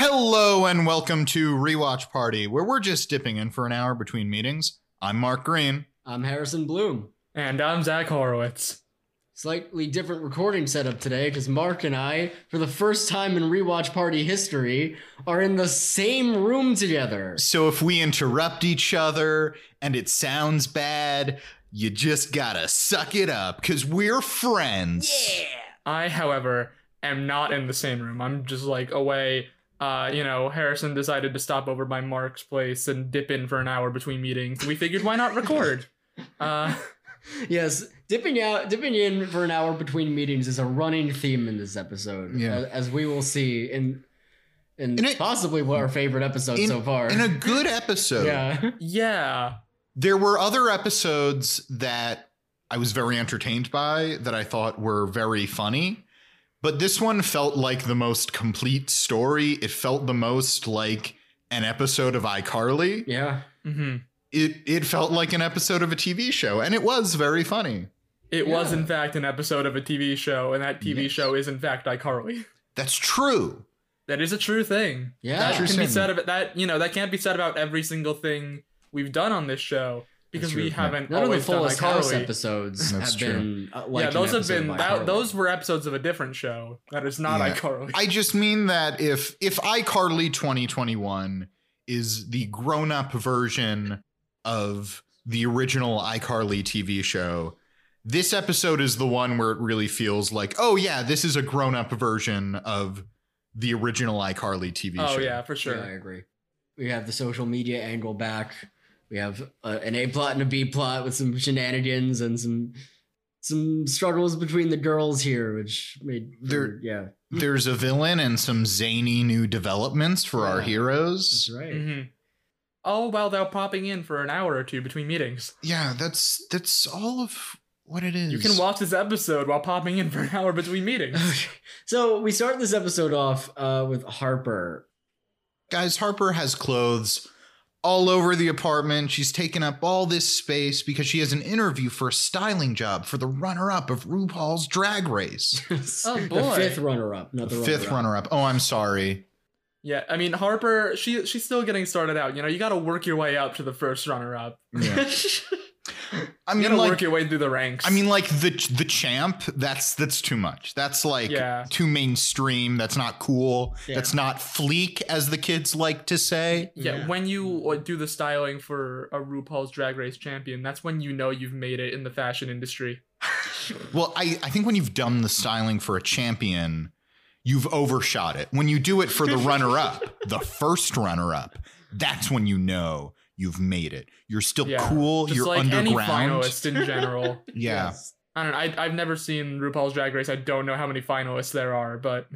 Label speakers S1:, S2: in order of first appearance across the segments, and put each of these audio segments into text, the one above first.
S1: Hello and welcome to Rewatch Party, where we're just dipping in for an hour between meetings. I'm Mark Green.
S2: I'm Harrison Bloom.
S3: And I'm Zach Horowitz.
S2: Slightly different recording setup today because Mark and I, for the first time in rewatch party history, are in the same room together.
S1: So if we interrupt each other and it sounds bad, you just gotta suck it up because we're friends.
S3: I, however, am not in the same room. I'm just like away. Uh, you know, Harrison decided to stop over by Mark's place and dip in for an hour between meetings. We figured why not record? uh,
S2: Yes, dipping out, dipping in for an hour between meetings is a running theme in this episode.
S1: Yeah.
S2: a- as, we will see in in,
S1: In a-
S2: possibly what our favorite episode
S1: in-
S2: so far.
S1: In a good episode,
S2: yeah,
S3: yeah.
S1: there were other episodes that I was very entertained by that I thought were very funny. But this one felt like the most complete story. It felt the most like an episode of iCarly.
S2: yeah.
S3: hmm
S1: it it felt like an episode of a TV show, and it was very funny.
S3: It was,
S2: Yeah.
S3: in fact, an episode of a TV show, and that TV
S1: Yes.
S3: show is, in fact, iCarly.
S1: That's true.
S3: That is a true thing.
S2: Yeah.
S3: that
S1: That's your
S3: can be
S1: sin.
S3: said about that. You know, that can't be said about every single thing we've done on this show because
S1: true,
S3: we
S1: yeah.
S3: haven't
S2: None of the
S3: always done
S2: fullest house
S3: iCarly.
S2: episodes
S1: That's
S2: have
S1: true.
S2: been uh, like
S3: yeah,
S2: an
S3: those have
S2: episode
S3: been
S2: of
S3: that,
S2: iCarly.
S3: those were episodes of a different show that is not
S1: Yeah.
S3: iCarly.
S1: I just mean that if if iCarly 2021 is the grown up version of the original iCarly TV show, this episode is the one where it really feels like, oh yeah, this is a grown up version of the original iCarly TV show.
S3: oh yeah, for sure.
S2: Yeah, I agree. We have the social media angle back. We have uh, an A plot and a B plot with some shenanigans and some some struggles between the girls here, which made
S1: There-
S2: yeah,
S1: There's a villain and some zany new developments for our
S2: Yeah.
S1: heroes.
S2: that's right.
S3: hmm Oh, well, they're popping in for an hour or two between meetings.
S1: Yeah, that's that's all of what it is.
S3: You can watch this episode while popping in for an hour between meetings.
S2: Okay. So we start this episode off uh, with Harper.
S1: guys harper has clothes all over the apartment she's taken up all this space because she has an interview for a styling job for the runner-up of rupaul's drag race
S3: Oh,
S2: The
S3: boy.
S2: fifth runner up, not
S1: the
S2: the
S1: fifth
S2: runner-up.
S1: runner-up oh i'm sorry
S3: yeah, I mean Harper, she she's still getting started out. You know, you got to work your way up to the first runner up.
S1: i
S3: You
S1: mean
S3: got to
S1: like
S3: work your way through the ranks.
S1: i mean like the the champ that's that's too much that's like
S3: Yeah.
S1: too mainstream that's not cool
S2: Yeah.
S1: that's not fleek as the kids like to say
S3: yeah,
S2: Yeah.
S3: when you uh, do the styling for a RuPaul's Drag Race champion, that's when you know you've made it in the fashion industry.
S1: Well, I, I think when you've done the styling for a champion, you've overshot it. When you do it for the runner up, the first runner up, that's when you know you've made it. You're still
S3: Yeah,
S1: cool,
S3: Just
S1: you're
S3: like any
S1: underground.
S3: finalist in general.
S1: yeah.
S2: Yes.
S3: I don't know. I, I've never seen RuPaul's Drag Race. I don't know how many finalists there are, but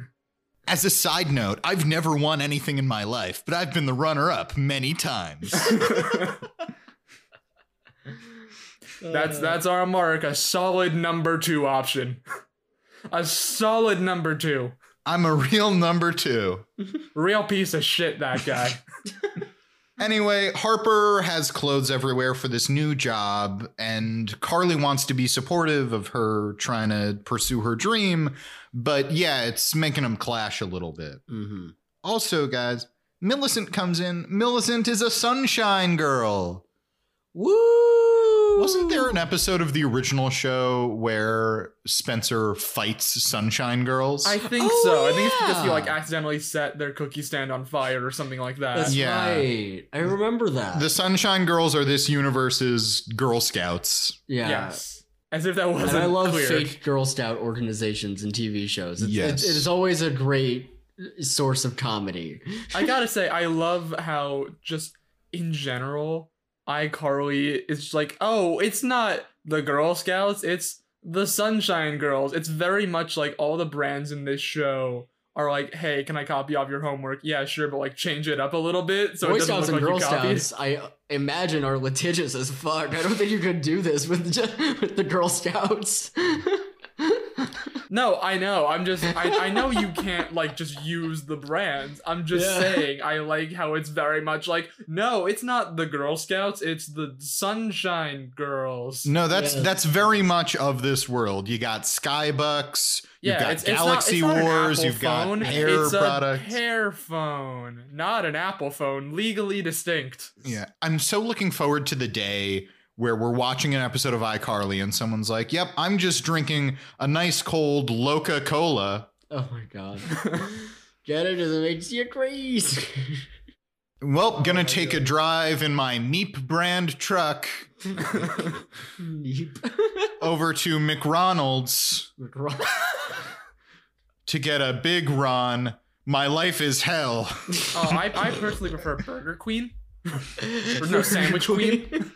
S1: As a side note, I've never won anything in my life, but I've been the runner up many times.
S3: That's
S2: Uh,
S3: that's our mark, a solid number two option. A solid number two.
S1: I'm a real number two.
S3: Real piece of shit, that guy.
S1: Anyway, Harper has clothes everywhere for this new job, and Carly wants to be supportive of her trying to pursue her dream, but yeah, it's making them clash a little bit.
S2: mhm.
S1: Also, guys, Millicent comes in. Millicent is a sunshine girl.
S2: Woo!
S1: Wasn't there an episode of the original show where Spencer fights sunshine girls?
S3: I think
S2: Oh,
S3: so. I think it's because he
S2: yeah.
S3: like accidentally set their cookie stand on fire or something like that.
S2: That's
S1: Yeah.
S2: right. I remember that.
S1: the sunshine girls are this universe's Girl Scouts.
S2: yeah.
S3: Yes. As if that wasn't
S2: And I love
S3: clear.
S2: fake Girl Scout organizations and TV shows. It's,
S1: Yes.
S2: it's, it is always a great source of comedy.
S3: I gotta say, I love how just in general, iCarly is just like, oh, it's not the Girl Scouts, it's the Sunshine Girls. It's very much like all the brands in this show are like, hey, can I copy off your homework? Yeah, sure, but like change it up a little bit so
S2: Boy
S3: it doesn't
S2: Scouts
S3: look
S2: and
S3: like
S2: Girl
S3: you copied.
S2: Scouts, I imagine, are litigious as Oh fuck. I don't think you could do this with, just, with the Girl Scouts.
S3: No, I know. I'm just I, I know you can't like just use the brands. I'm just
S2: Yeah.
S3: saying I like how it's very much like no, it's not the Girl Scouts, it's the Sunshine Girls.
S1: No, that's
S2: Yeah.
S1: that's very much of this world. You got Skybucks,
S3: Yeah,
S1: you've got
S3: it's,
S1: Galaxy
S3: it's not, it's not an
S1: Wars,
S3: Apple
S1: you've
S3: phone,
S1: got hair
S3: it's
S1: products.
S3: a hair phone, not an Apple phone, legally distinct.
S1: yeah, I'm so looking forward to the day where we're watching an episode of iCarly and someone's like, "Yep, I'm just drinking a nice cold Loca Cola."
S2: Oh my god. Janitors makes you crazy.
S1: Well,
S3: Oh my
S1: gonna take a
S3: God.
S1: drive in my Meep brand truck
S2: Neep.
S1: over to McRonald's
S2: McRon-
S1: to get a big Ron. My life is hell.
S3: Oh, I, I personally prefer Burger Queen. Or no, Sandwich Queen.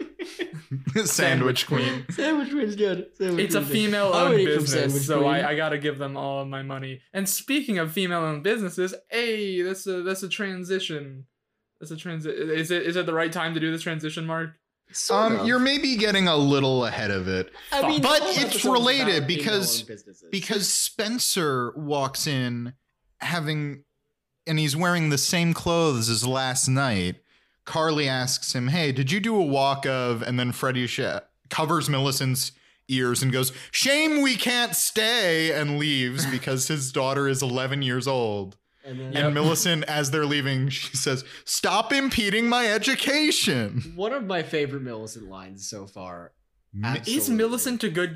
S1: Sandwich Um, Queen.
S2: Sandwich Queen's good. Sandwich
S3: It's a
S2: Queen's good.
S3: female
S2: I would
S3: owned
S2: eat from
S3: business,
S2: Sandwich
S3: so
S2: Queen.
S3: I, I gotta give them all of my money. And speaking of female owned businesses, hey, that's a that's a transition. That's a transit. Is it is it the right time to do this transition, Mark?
S2: Sort
S1: Um,
S2: of.
S1: you're maybe getting a little ahead of it.
S2: I mean,
S1: but
S2: all
S1: it's
S2: episodes
S1: related
S2: about female-owned
S1: because-
S2: businesses.
S1: because Spencer walks in having and he's wearing the same clothes as last night. Carly asks him, "Hey, did you do a walk of?" And then Freddie sh- covers Millicent's ears and goes, "Shame we can't stay," and leaves because his daughter is 11 years old.
S2: and then,
S1: And Millicent, as they're leaving, she says, "Stop impeding my education."
S2: one of my favorite Millicent lines so far. Absolutely.
S3: Is Millicent a good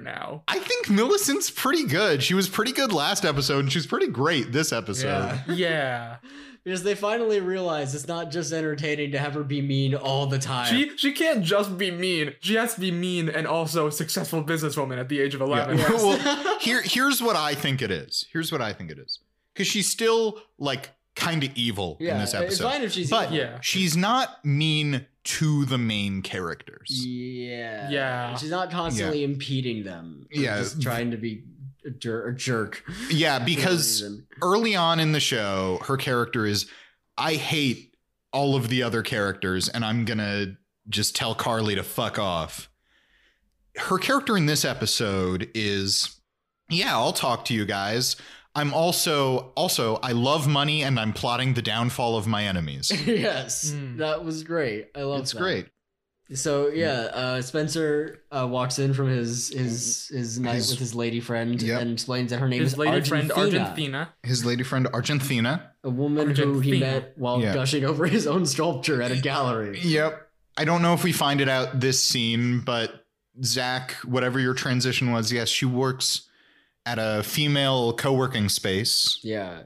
S3: now?
S1: I think Millicent's pretty good. She was pretty good last episode, and she's pretty great this episode.
S3: Yeah,
S2: Because they finally realize it's not just entertaining to have her be mean all the time.
S3: she she can't just be mean. She has to be mean and also a successful businesswoman at the age of eleven.
S2: Yes.
S1: Well, Here, here's what I think it is. Here's what I think it is. Because she's still like kind of evil
S2: yeah,
S1: in this
S2: It's
S1: episode,
S2: fine if she's
S1: but
S2: evil.
S3: Yeah.
S1: she's not mean to the main characters.
S2: Yeah.
S3: Yeah.
S2: She's not constantly impeding them. or
S1: Yeah.
S2: Just trying to be a, jer- a jerk. for no
S1: Yeah, because
S2: reason.
S1: early on in the show, her character is, I hate all of the other characters, and I'm gonna just tell Carly to fuck off. Her character in this episode is, yeah, I'll talk to you guys. I'm also also I love money and I'm plotting the downfall of my enemies.
S2: yes,
S1: Hmm.
S3: Mm.
S2: that was great. I love
S1: it's
S2: that.
S1: great.
S2: So yeah, uh, Spencer uh, walks in from his his his night
S1: His-
S2: with his lady friend
S1: Yep.
S2: and explains that her name
S3: His
S2: is
S3: lady
S2: Argentina,
S3: friend Argentina.
S1: His lady friend Argentina.
S2: a woman who he
S3: Argentina.
S2: met while
S1: Yeah.
S2: gushing over his own sculpture at a gallery.
S1: Yep. I don't know if we find it out this scene, but Zach, whatever your transition was, yes, she works at a female co-working space.
S2: Yeah,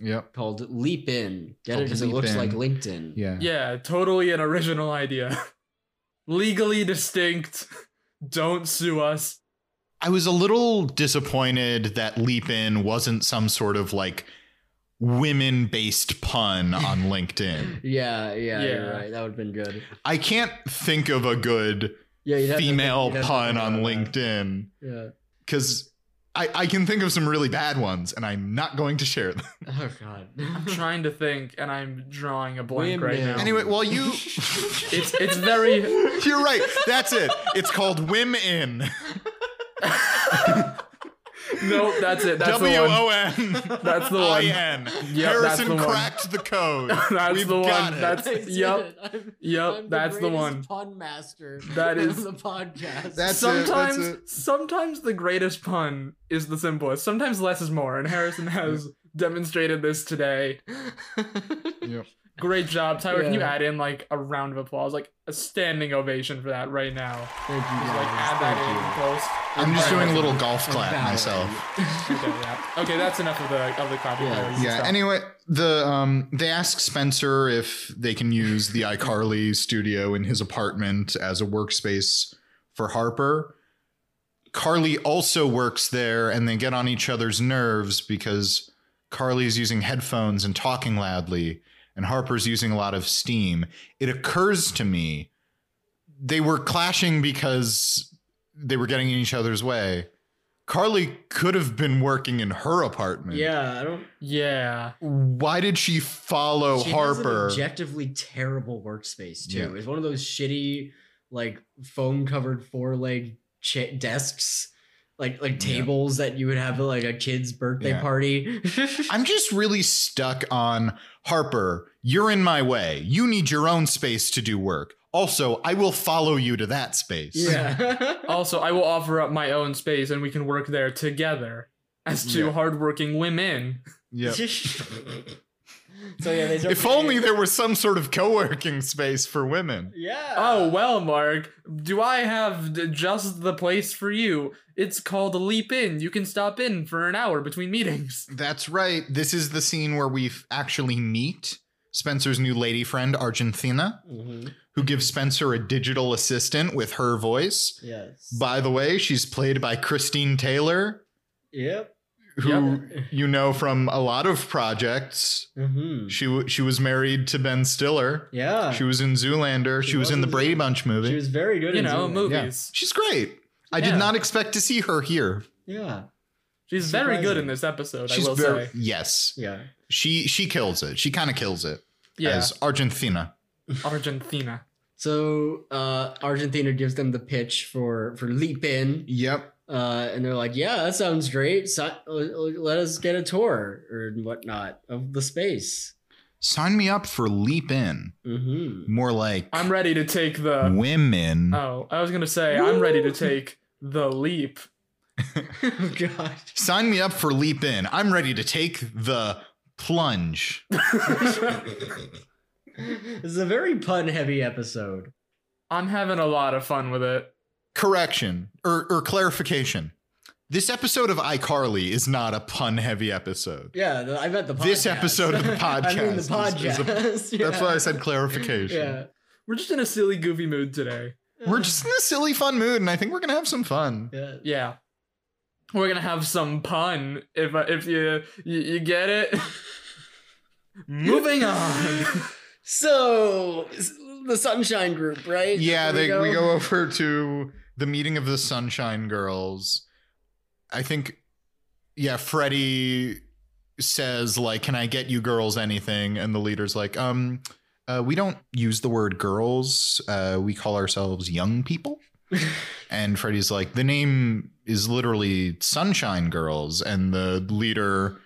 S1: Yep.
S2: called Leap In. Get it
S1: Called
S2: because it
S1: Leap
S2: looks
S1: In.
S2: like LinkedIn.
S1: Yeah.
S3: Yeah, totally an original idea. Legally distinct. Don't sue us.
S1: I was a little disappointed that Leap In wasn't some sort of like women based pun on LinkedIn.
S2: Yeah, yeah,
S3: Yeah.
S2: you're right. That would have been good.
S1: I can't think of a good
S2: Yeah, you'd have to-
S1: female
S2: you'd have to
S1: pun
S2: think
S1: on
S2: about that.
S1: LinkedIn
S2: Yeah.
S1: because I, I can think of some really bad ones and I'm not going to share them.
S2: Oh god.
S3: I'm trying to think and I'm drawing a blank right
S2: Women.
S3: now.
S1: Anyway, well, you.
S3: It's it's very
S1: You're right. That's it. It's called Wim In.
S3: Nope, that's it. That's
S1: W
S3: the one.
S1: O N.
S3: That's the one.
S1: I N.
S3: Yep, that's
S1: Harrison
S3: the one.
S1: cracked the code.
S3: That's
S1: We've
S3: the one.
S1: got it.
S3: That's yep. Yep, that's the one.
S2: Pun master.
S3: That
S2: of
S3: is-
S2: the
S1: That's
S2: podcast.
S1: it, that's
S3: sometimes
S1: it.
S3: sometimes the greatest pun is the simplest. Sometimes less is more, and Harrison has demonstrated this today.
S1: Yep.
S3: Great job, Tyler. Can you
S2: Yeah.
S3: add in like a round of applause, like a standing ovation for that right now?
S2: Thank you
S3: Just
S2: guys.
S3: like add that in
S2: Thank
S3: post.
S1: I'm just doing a little golf
S2: you.
S1: clap
S2: Bowing.
S1: myself.
S3: Okay, yeah. okay, that's enough of the of the copy.
S2: Yeah.
S3: Tyler. You
S1: yeah
S3: stop.
S1: anyway the um they ask spencer if they can use the icarly studio in his apartment as a workspace for harper carly also works there and they get on each other's nerves because carly's using headphones and talking loudly and harper's using a lot of steam it occurs to me they were clashing because they were getting in each other's way carly could have been working in her apartment
S2: Yeah, I don't.
S3: yeah.
S1: why did she follow
S2: she has an
S1: Harper?
S2: objectively terrible workspace too.
S1: Yeah.
S2: It's one of those shitty, like foam covered four leg cha- desks like like
S1: Yeah.
S2: tables that you would have at like a kid's birthday
S1: Yeah.
S2: party.
S1: I'm just really stuck on Harper, you're in my way. You need your own space to do work. Also, I will follow you to that space.
S2: yeah.
S3: Also, I will offer up my own space and we can work there together as two
S1: Yeah.
S3: hardworking women.
S1: Yep.
S2: So yeah, they
S1: If only there was some sort of co working space for women.
S2: Yeah.
S3: Oh, well, Mark, do I have d- just the place for you? It's called Leap In. You can stop in for an hour between meetings.
S1: That's right. This is the scene where we actually meet Spencer's new lady friend, Argentina,
S2: Mhm.
S1: who gives Spencer a digital assistant with her voice.
S2: Yes.
S1: By the way, she's played by Christine Taylor,
S2: yep.
S1: who
S2: Yep.
S1: you know from a lot of projects.
S2: hmm
S1: She w- she was married to Ben Stiller.
S2: Yeah.
S1: She was in Zoolander. She,
S2: She
S1: was,
S2: was
S1: in the
S2: in
S1: Brady Bunch movie.
S2: She was very good.
S3: You
S2: in
S3: know,
S2: Zoolander.
S3: movies.
S1: She's great. I
S3: Yeah.
S1: did not expect to see her here.
S2: Yeah.
S3: She's very good
S2: Surprising.
S3: in this episode,
S1: She's
S3: I will
S1: very
S3: say.
S1: yes.
S2: Yeah.
S1: She she kills it. She kind of kills it
S3: Yeah,
S1: as Argentina.
S3: Argentina.
S2: So uh, Argentina gives them the pitch for for leap in,
S1: Yep.
S2: uh, and they're like, "Yeah, that sounds great. Si- uh, let us get a tour or whatnot of the space."
S1: Sign me up for leap in.
S2: Mm-hmm.
S1: More like
S3: I'm uh, ready to take the.
S1: women.
S3: Oh, I was gonna say I'm ready to take the leap.
S2: oh God.
S1: Sign me up for leap in. I'm ready to take the plunge.
S2: this is a very pun heavy episode.
S3: I'm having a lot of fun with it.
S1: Correction or or clarification. This episode of iCarly is not a pun heavy episode.
S2: Yeah, the, I meant the podcast.
S1: This episode of the
S2: I mean
S1: podcast
S2: the
S1: is- is a-
S2: podcast. yeah.
S1: That's why I said clarification.
S2: Yeah.
S3: We're just in a silly, goofy mood today.
S1: We're just in a silly, fun mood, and I think we're gonna have some fun.
S2: Yeah.
S3: Yeah, we're gonna have some pun if if you you, you get it. Moving on.
S2: So s- the Sunshine Group, right?
S1: Yeah,
S2: There
S1: they, we go over to the meeting of the Sunshine Girls. I think, yeah, Freddie says like, "Can I get you girls anything?" And the leader's like, "Um, uh, we don't use the word girls. Uh, we call ourselves young people." and Freddie's like, "The name is literally Sunshine Girls," and the leader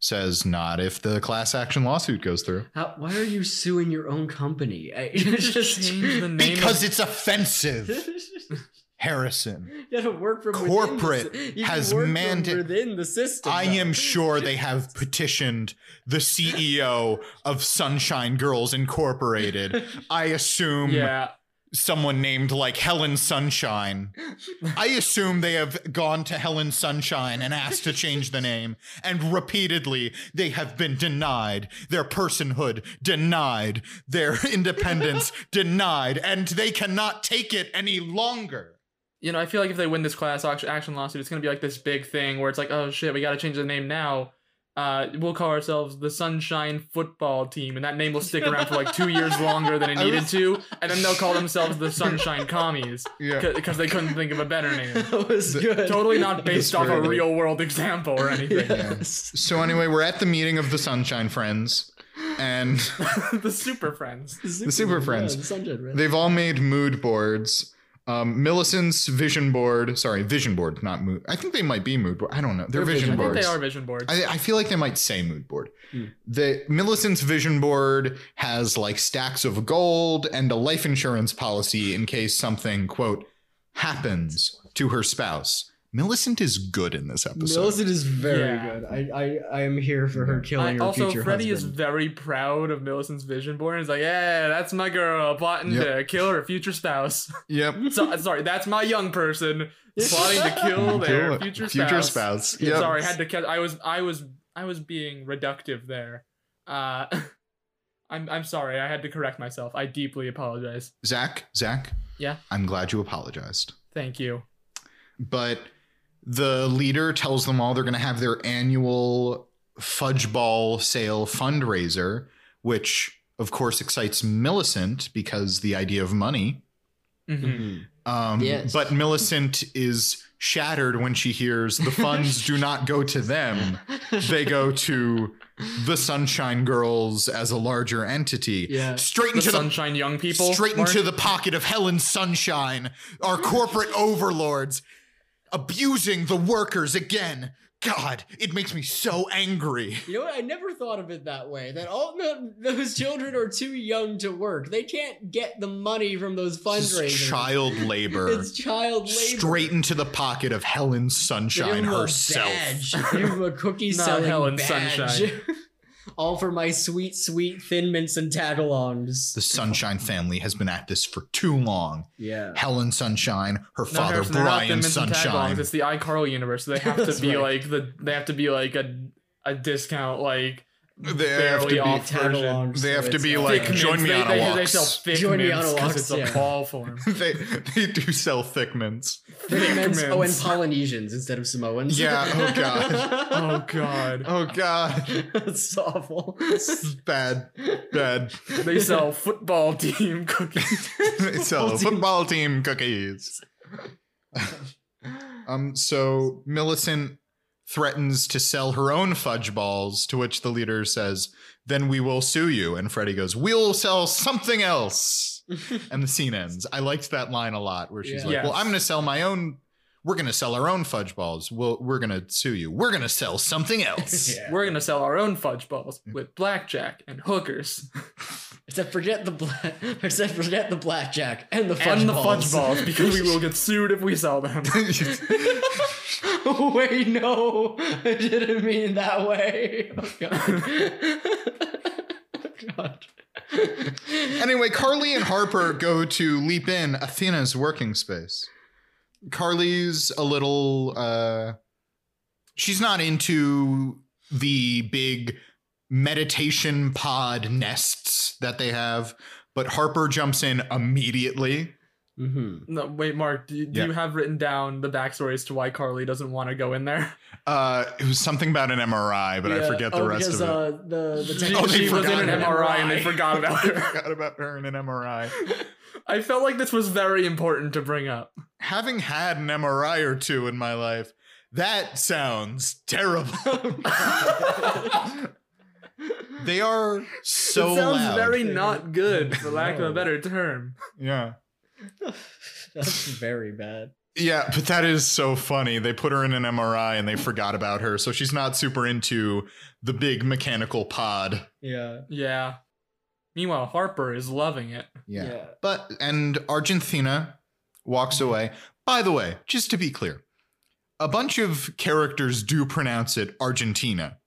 S1: says, "Not if the class action lawsuit goes through."
S2: How, why are you suing your own company? I, just
S3: Change the name.
S1: Because
S3: of-
S1: it's offensive,
S2: you
S1: Harrison.
S2: gotta work from
S1: Corporate
S2: within the, sy- you
S1: has
S2: can work from
S1: manda-
S2: within the system.
S1: I
S2: though.
S1: am sure they have petitioned the CEO of Sunshine Girls Incorporated. I assume
S3: yeah,
S1: someone named like Helen Sunshine. I assume they have gone to Helen Sunshine and asked to change the name, and repeatedly they have been denied their personhood, denied their independence, denied, and they cannot take it any longer.
S3: you know, I feel like if they win this class act- action lawsuit, it's gonna be like this big thing where it's like, oh shit, we gotta change the name now. Uh, we'll call ourselves the Sunshine Football Team, and that name will stick around for like two years longer than it
S1: I
S3: needed
S1: was-
S3: to, and then they'll call themselves the Sunshine Commies
S1: Yeah.
S3: because they couldn't think of a better name.
S2: that was
S1: The-
S2: good.
S3: Totally not based off a
S1: really-
S3: real world example or anything.
S2: Yes.
S1: So anyway, we're at the meeting of the Sunshine Friends, and
S3: the Super Friends.
S1: The Super
S2: yeah,
S1: Friends.
S2: the Sunshine Friends.
S1: they've all made mood boards. Um, Millicent's vision board, sorry, vision board, not mood. I think they might be mood board. I don't know. They're,
S2: They're
S1: vision,
S2: vision
S3: I think
S1: boards.
S3: they are vision boards.
S1: I, I feel like they might say mood board.
S2: Hmm.
S1: The Millicent's vision board has like stacks of gold and a life insurance policy in case something quote happens to her spouse. Millicent is good in this episode.
S2: Millicent is very
S3: Yeah.
S2: good. I, I I am here for her
S3: I-
S2: killing her
S3: also,
S2: future
S3: Freddie is
S2: husband.
S3: very proud of Millicent's vision board. He's like, "Yeah, that's my girl plotting
S1: Yep.
S3: to kill her future spouse."
S1: Yep.
S3: so, sorry, that's my young person plotting to kill their
S1: Kill
S3: future,
S1: future
S3: spouse.
S1: spouse.
S2: Yeah,
S1: Yep.
S3: Sorry, had to catch. I was, I was, I was being reductive there. Uh, I'm, I'm sorry. I had to correct myself. I deeply apologize.
S1: Zach, Zach.
S3: Yeah?
S1: I'm glad you apologized.
S3: Thank you.
S1: But the leader tells them all they're going to have their annual fudge ball sale fundraiser, which of course excites Millicent because the idea of money.
S3: Mhm.
S1: Um,
S2: Yes.
S1: But Millicent is shattered when she hears the funds do not go to them. They go to the Sunshine Girls as a larger entity.
S2: yeah.
S1: Straight
S3: The
S1: into the
S3: sunshine young people.
S1: straight
S3: Mark.
S1: into the pocket of Helen Sunshine, our corporate overlords. abusing the workers again. God, it makes me so angry.
S2: You know what? I never thought of it that way. That all the, those children are too young to work. They can't get the money from those
S1: This is
S2: fundraisers.
S1: child labor.
S2: It's child labor.
S1: Straight into the pocket of Helen
S2: Give
S1: Sunshine
S2: them a
S1: herself.
S2: badge. Give them a cookie
S3: Not
S2: selling
S3: Helen
S2: badge.
S3: Sunshine.
S2: all for my sweet, sweet Thin Mints and Tagalongs.
S1: The Sunshine family has been at this for too long.
S2: Yeah.
S1: Helen Sunshine, her
S3: No,
S1: father
S3: Harrison, they're not the
S1: Brian
S3: Minton Tagalongs,
S1: Sunshine.
S3: It's the iCarly universe. So they have to
S2: That's
S3: be
S2: right.
S3: like the. They have to be like a a discount like
S1: They have to
S3: barely
S1: be
S3: off version.
S2: Tagalongs.
S1: They have
S2: so
S1: to
S2: it's
S1: be
S2: not-
S1: like,
S3: Thick mints.
S1: join me
S3: they,
S1: on a
S3: they, They
S1: walks.
S3: sell thick
S2: Join me on a
S3: mints 'cause
S2: walks,
S3: it's a
S2: yeah.
S3: ball form.
S1: they they do sell thick mints.
S2: Thin Mints.
S3: Thick
S2: Oh, and
S3: Mints.
S2: Polynesians instead of Samoans.
S1: Yeah, oh God.
S3: oh god.
S1: Oh god.
S2: That's awful.
S1: This is bad. Bad.
S3: They sell football team cookies.
S1: They sell football team cookies. Um so Millicent threatens to sell her own fudge balls, to which the leader says, Then we will sue you. And Freddy goes, We'll sell something else. and the scene ends. I liked that line a lot where she's
S2: Yeah.
S1: like, Well,
S3: Yes.
S1: I'm gonna sell my own we're gonna sell our own fudge balls. We'll, we're gonna sue you. We're gonna sell something else.
S2: Yeah.
S3: We're gonna sell our own fudge balls with blackjack and hookers
S2: Except forget the bla- except forget the blackjack and the fudge
S3: and the
S2: balls.
S3: fudge balls because we will get sued if we sell them.
S2: Wait, no, I didn't mean that way. Oh god. Oh, god.
S1: Anyway, Carly and Harper go to leap in Athena's working space. Carly's a little uh she's not into the big meditation pod nests that they have, but Harper jumps in immediately.
S2: Mm-hmm.
S3: No, wait, Mark, do, do
S1: Yeah.
S3: you have written down the backstory as to why Carly doesn't want to go in there?
S1: Uh it was something about an MRI, but I forget the rest of it.
S2: Uh, the the
S3: She,
S1: Oh, they
S3: she was
S1: forgot
S3: in an
S1: her.
S3: MRI and they forgot about
S1: I
S3: her.
S1: forgot about her in an MRI.
S3: I felt like this was very important to bring up.
S1: Having had an MRI or two in my life, that sounds terrible. they are so
S3: it sounds
S1: loud.
S3: very not good, for lack of a
S2: No.
S3: better term.
S1: yeah.
S2: That's very bad.
S1: Yeah, but that is so funny. They put her in an MRI and they forgot about her, so she's not super into the big mechanical pod.
S2: Yeah.
S3: Yeah. Meanwhile, Harper is loving it.
S1: But and Argentina walks away. By the way, just to be clear, a bunch of characters do pronounce it Argentina.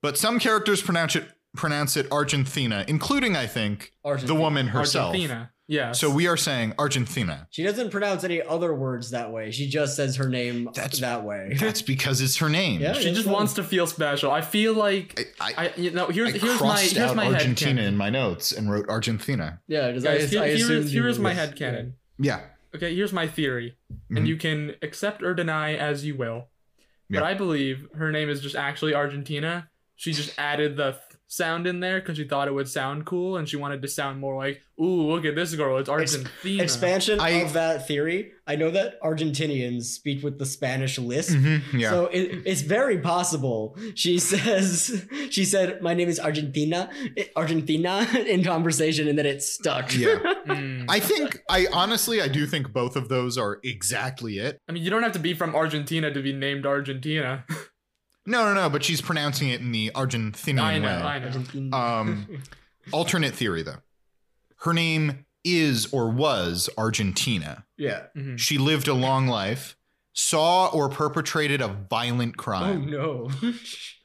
S1: But some characters pronounce it pronounce it Argentina, including I think the
S2: Argentina.
S1: woman herself.
S3: Argentina. Yeah.
S1: So we are saying Argentina.
S2: She doesn't pronounce any other words that way. She just says her name
S1: That's-
S2: that way.
S1: That's because it's her name.
S2: Yeah.
S3: she just wants to feel special. I feel like
S1: I, I,
S3: I you know, here's
S1: I
S3: here's my
S1: crossed
S3: here's
S1: out
S3: my
S1: Argentina
S3: head
S1: in my notes and wrote Argentina.
S2: Yeah, because
S3: Guys,
S2: I,
S3: here,
S2: I
S3: here
S2: assumed
S3: is, here is
S2: you-
S3: my head cannon.
S1: Yeah.
S3: Okay, here's my theory,
S1: Mhm.
S3: and you can accept or deny as you will.
S1: Yeah.
S3: But I believe her name is just actually Argentina. She just added the th- sound in there because she thought it would sound cool, and she wanted to sound more like, "Ooh, look at this girl! It's Argentina."
S2: Expansion
S1: I-
S2: of that theory. I know that Argentinians speak with the Spanish lisp.
S1: Mhm. Yeah.
S2: So it, it's very possible. She says, she said, my name is Argentina, Argentina in conversation, and then it stuck.
S1: yeah.
S3: Mm.
S1: I think I honestly I do think both of those are exactly it.
S3: I mean, you don't have to be from Argentina to be named Argentina.
S1: No, no, no, but she's pronouncing it in the Argentinian
S3: I know,
S1: way.
S3: I know.
S2: Argentina.
S1: Um alternate theory though. Her name is or was Argentina.
S2: yeah.
S3: Mhm.
S1: She lived a long life, saw or perpetrated a violent
S2: Oh
S1: crime,
S2: no.
S3: Oh,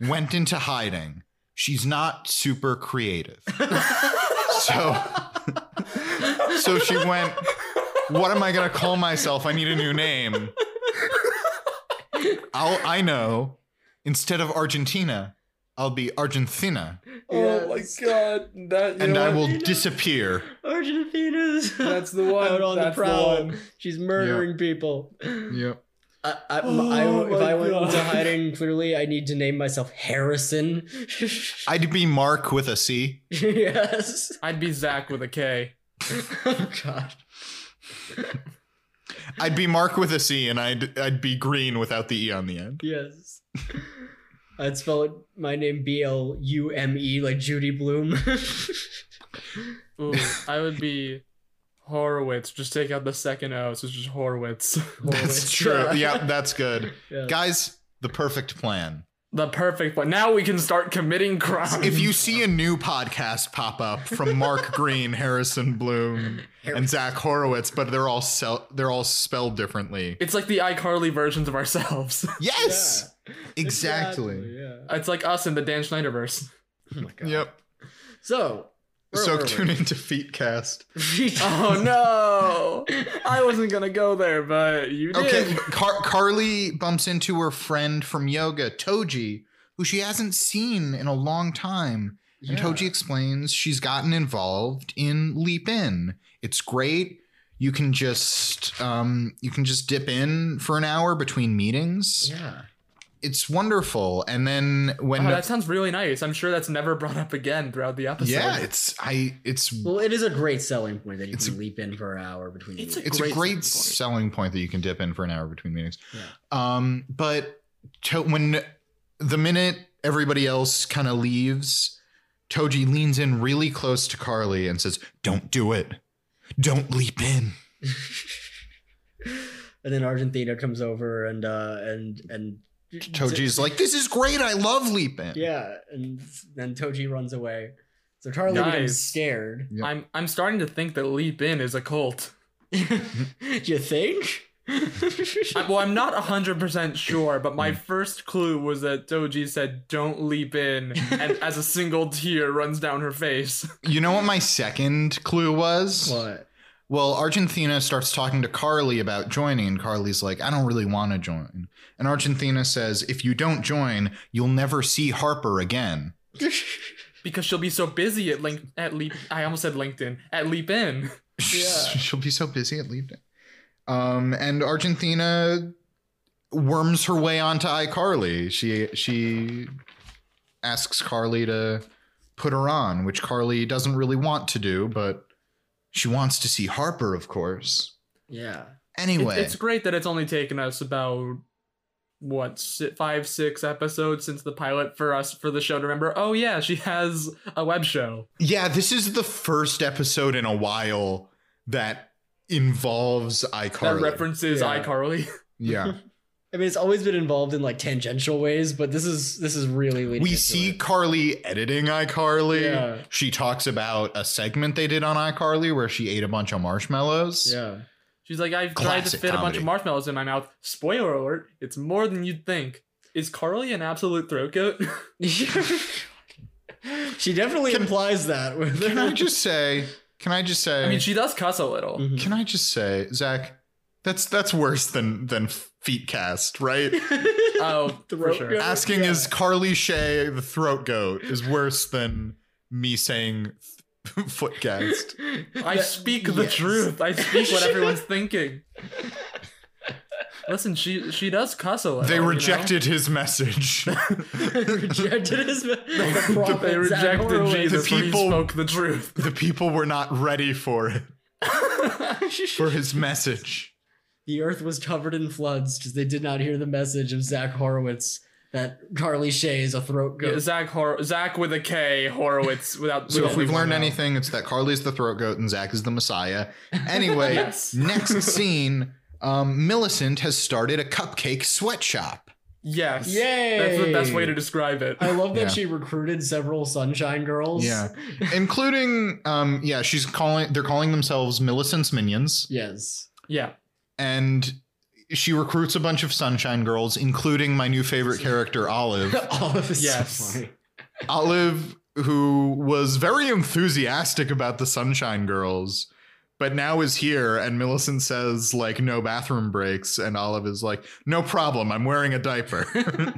S1: went into hiding. She's not super creative. so
S2: Oh
S1: so she went what am I going to call myself? I need a new name. I'll I know instead of Argentina, I'll be Argentina
S3: Oh
S2: Yes.
S3: my god! That you
S1: and
S3: know
S1: I
S3: what?
S1: will disappear.
S2: Argentina's
S3: That's the one.
S2: out on
S3: That's
S2: the
S3: the
S2: prowl.
S3: one.
S2: She's murdering people.
S1: Yep.
S2: I, I,
S3: Oh
S2: I- if
S3: my
S2: I went
S3: God.
S2: into hiding, clearly I need to name myself Harrison.
S1: I'd be Mark with a C.
S2: yes.
S3: I'd be Zach with a K.
S2: Oh God.
S1: I'd be Mark with a C and I'd I'd be green without the E on the end.
S2: Yes. I'd spell it my name B L U M E like Judy Bloom.
S3: Ooh, I would be Horowitz. Just take out the second O, so it's just Horowitz.
S1: That's
S3: Horowitz.
S1: true.
S3: Yeah.
S1: yeah, that's good.
S3: Yeah.
S1: Guys, the perfect plan.
S3: The perfect one. Now we can start committing crimes.
S1: If you see a new podcast pop up from Mark Green, Harrison Bloom, and Zach Horowitz, but they're all sell- they're all spelled differently.
S3: It's like the iCarly versions of ourselves.
S1: Yes, exactly.
S2: Yeah.
S3: it's like us in the Dan Schneiderverse.
S2: Oh my god.
S1: Yep.
S2: So. where
S1: So
S2: were we?
S1: tune into Feetcast.
S3: Uh-huh. Oh no! I wasn't gonna go there, but you did.
S1: Okay, Car- Carly bumps into her friend from yoga, Toji, who she hasn't seen in a long time. And
S2: Yeah.
S1: Toji explains she's gotten involved in Leap In. It's great. You can just um, you can just dip in for an hour between meetings.
S2: Yeah.
S1: It's wonderful. And then when
S3: Wow, that sounds really nice. I'm sure that's never brought up again throughout the episode.
S1: yeah, it's I it's
S2: Well, it is a great selling point that you
S1: It's
S2: can leap in for an hour between.
S3: It's
S2: meetings.
S1: it's
S3: Great
S1: a great
S3: selling
S1: selling point that you can dip in for an hour between meetings. Um, but to- when the minute everybody else kind of leaves, Toji leans in really close to Carly and says, "Don't do it. Don't leap in."
S2: and then Argentina comes over and uh and and
S1: Toji's like, "This is great. I love leap in."
S2: Yeah, and then Toji runs away. So Charlie
S3: Nice.
S2: becomes scared.
S1: Yep.
S3: I'm I'm starting to think that Leap In is a cult.
S2: you think?
S3: I, well, I'm not 100% sure, but
S1: Mm.
S3: my first clue was that Doji said, don't leap in, and as a single tear runs down her face.
S1: You know what my second clue was?
S2: what?
S1: Well, Argentina starts talking to Carly about joining, and Carly's like, I don't really want to join. And Argentina says, If you don't join, you'll never see Harper again.
S3: Because she'll be so busy at link at leap I almost said LinkedIn at leap in.
S2: Yeah.
S1: She'll be so busy at leaving. Um, and Argentina worms her way onto iCarly. She she asks Carly to put her on, which Carly doesn't really want to do, but she wants to see Harper, of course.
S2: yeah.
S3: It-
S1: Anyway,
S3: it's great that it's only taken us about what si- five six episodes since the pilot for us for the show to remember. Oh yeah, she has a web show.
S1: Yeah, this is the first episode in a while that involves iCarly.
S3: that references
S2: Yeah.
S3: iCarly.
S1: yeah.
S2: I mean, it's always been involved in like tangential ways, but this is this is really leading
S1: we
S2: into
S1: see
S2: it.
S1: Carly editing iCarly.
S2: Yeah.
S1: She talks about a segment they did on iCarly where she ate a bunch of marshmallows.
S2: Yeah.
S3: She's like, I've tried to
S1: Classic
S3: fit a bunch
S1: comedy.
S3: of marshmallows in my mouth. Spoiler alert, it's more than you'd think. Is Carly an absolute throat goat?
S2: she definitely
S1: Can-
S2: implies that with
S1: Can I just say, can I just say,
S3: I mean, she does cuss a little.
S2: Mhm.
S1: can I just say, Zach, that's that's worse than than Feetcast, right?
S2: Mm-hmm.
S3: Oh, for
S2: Throat
S3: sure.
S2: goat.
S1: Asking
S2: Yeah.
S1: is Carly Shay the throat goat is worse than me saying footcast.
S3: I
S2: That-
S3: speak the
S2: yes.
S3: truth. I speak what everyone's thinking. Listen, she she does cuss a little.
S1: They
S3: you know?
S1: rejected his message.
S2: rejected his the prophet
S3: They
S2: Zach
S3: rejected
S2: Horowitz.
S3: Jesus
S1: The
S3: when he
S1: people-
S3: spoke the truth.
S1: the people were not ready for it for his message
S2: The earth was covered in floods because they did not hear the message of Zach Horowitz that Carly Shay is a throat
S3: Yeah,
S2: goat.
S3: Zach Hor- Zach with a K Horowitz without.
S1: so
S3: without
S1: if we've
S3: the
S1: learned
S3: vowel.
S1: anything it's that carly's the throat goat and zach is the messiah anyway
S3: Yes.
S1: next scene um, millicent has started a cupcake sweatshop
S3: yes,
S2: Yay!
S3: that's the best way to describe it.
S2: I love that
S1: Yeah.
S2: she recruited several Sunshine Girls.
S1: Yeah. including um, yeah she's calling they're calling themselves millicent's minions
S2: Yes.
S3: Yeah,
S1: and she recruits a bunch of sunshine girls including my new favorite character olive
S2: All of us.
S3: Yes.
S1: Olive, who was very enthusiastic about the Sunshine Girls, but now is here, and Millicent says, like, no bathroom breaks, and Olive is like, no problem, I'm wearing a diaper.
S2: and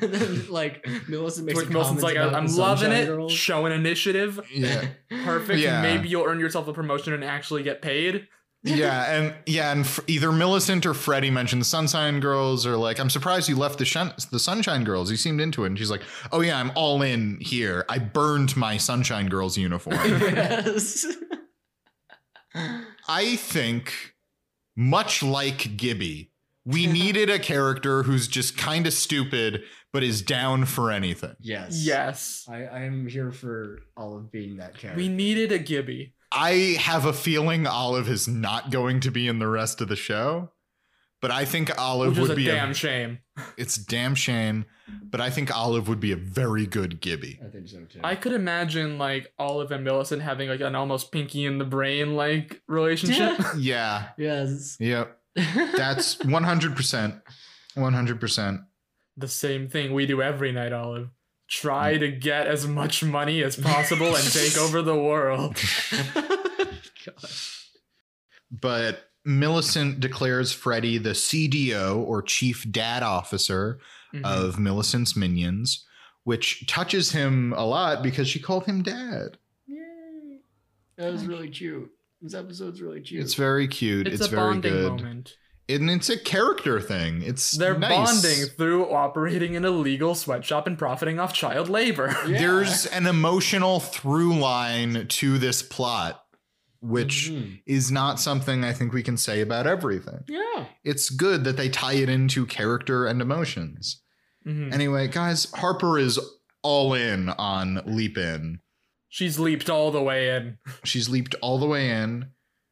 S2: then, like, Millicent makes
S3: Like
S2: some
S3: Wilson's
S2: comments
S3: like,
S2: about
S3: I'm
S2: the
S3: loving
S2: Sunshine
S3: it.
S2: Girls.
S3: Show an initiative.
S1: yeah.
S3: Perfect.
S1: Yeah.
S3: Maybe you'll earn yourself a promotion and actually get paid.
S1: Yeah, and yeah, and f- either Millicent or Freddie mentioned the Sunshine Girls, or like, I'm surprised you left the shun- the Sunshine Girls. You seemed into it, and she's like, "Oh yeah, I'm all in here. I burned my Sunshine Girls uniform."
S2: yes.
S1: I think, much like Gibby, we needed a character who's just kind of stupid but is down for anything.
S2: yes.
S3: Yes.
S2: I, I am here for Olive being that character.
S3: We needed a Gibby.
S1: I have a feeling Olive is not going to be in the rest of the show, but I think Olive
S3: which is
S1: would
S3: a
S1: be
S3: damn shame.
S1: it's a damn shame, but I think Olive would be a very good Gibby.
S2: I think so too.
S3: I could imagine like Olive and Millicent having like an almost pinky in the brain like relationship.
S1: Yeah.
S2: yes.
S1: Yep. That's 100%. 100%.
S3: the same thing we do every night, Olive.
S1: Mm.
S3: Try to get as much money as possible and take over the world.
S2: God.
S1: But Millicent declares Freddy the CDO or Chief Dad Officer
S3: Mhm.
S1: of Millicent's Minions, which touches him a lot because she called him dad.
S2: Yay. That was really cute. This episode's really cute.
S1: It's very cute. It's,
S3: it's, a
S1: very
S3: bonding
S1: good.
S3: moment.
S1: And it's a character thing. It's
S3: They're
S1: nice.
S3: bonding through operating an illegal sweatshop and profiting off child labor.
S2: Yeah.
S1: There's an emotional through line to this plot, which
S3: Mm-hmm.
S2: Mhm.
S1: is not something I think we can say about everything.
S2: yeah.
S1: It's good that they tie it into character and emotions.
S3: Mhm.
S1: Anyway, guys, Harper is all in on Leap In.
S3: She's leaped all the way in.
S1: She's leaped all the way in.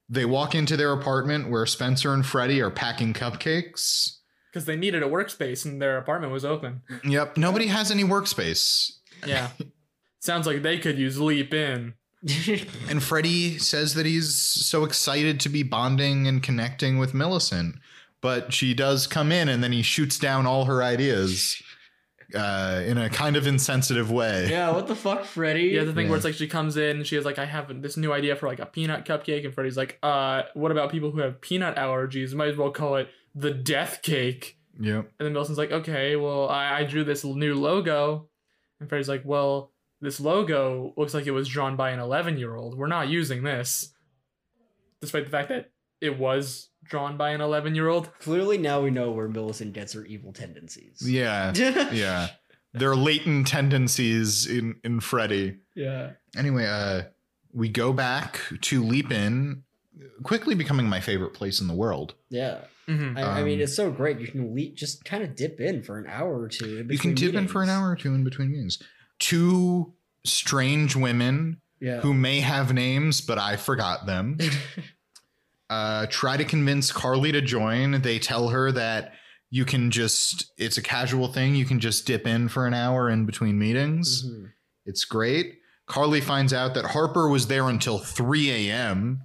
S1: They walk into their apartment where Spencer and Freddie are packing cupcakes.
S3: Because they needed a workspace and their apartment was open.
S1: Yep, nobody has any workspace.
S3: Yeah. Sounds like they could use leap in.
S1: And Freddie says that he's so excited to be bonding and connecting with Millicent, but she does come in and then he shoots down all her ideas uh, in a kind of insensitive way.
S2: yeah. What the fuck, Freddy?
S3: Yeah, the thing
S1: Yeah.
S3: where it's like she comes in, she is like, I have this new idea for like a peanut cupcake, and Freddy's like, uh, what about people who have peanut allergies? Might as well call it the death cake.
S1: Yep.
S3: And then Milson's like, okay, well, I, I drew this new logo. And Freddy's like, well, this logo looks like it was drawn by an 11 year old. We're not using this. Despite the fact that it was drawn by an 11 year old.
S2: Clearly, now we know where Millicent gets her evil tendencies.
S1: Yeah.
S2: Yeah.
S1: Yeah. There are latent tendencies in, in Freddie.
S3: Yeah.
S1: Anyway, uh, we go back to Leap In, quickly becoming my favorite place in the world.
S2: yeah.
S3: hmm
S2: I, I mean,
S1: Um,
S2: it's so great. You can le- just kind of dip in for an hour or two.
S1: you can
S2: between
S1: dip in for an
S2: meetings.
S1: hour or two in between meetings. Two strange women
S2: Yeah.
S1: who may have names, but I forgot them, uh, try to convince Carly to join. They tell her that you can just, it's a casual thing. You can just dip in for an hour in between meetings.
S2: Mhm.
S1: It's great. Carly finds out that Harper was there until 3 a.m.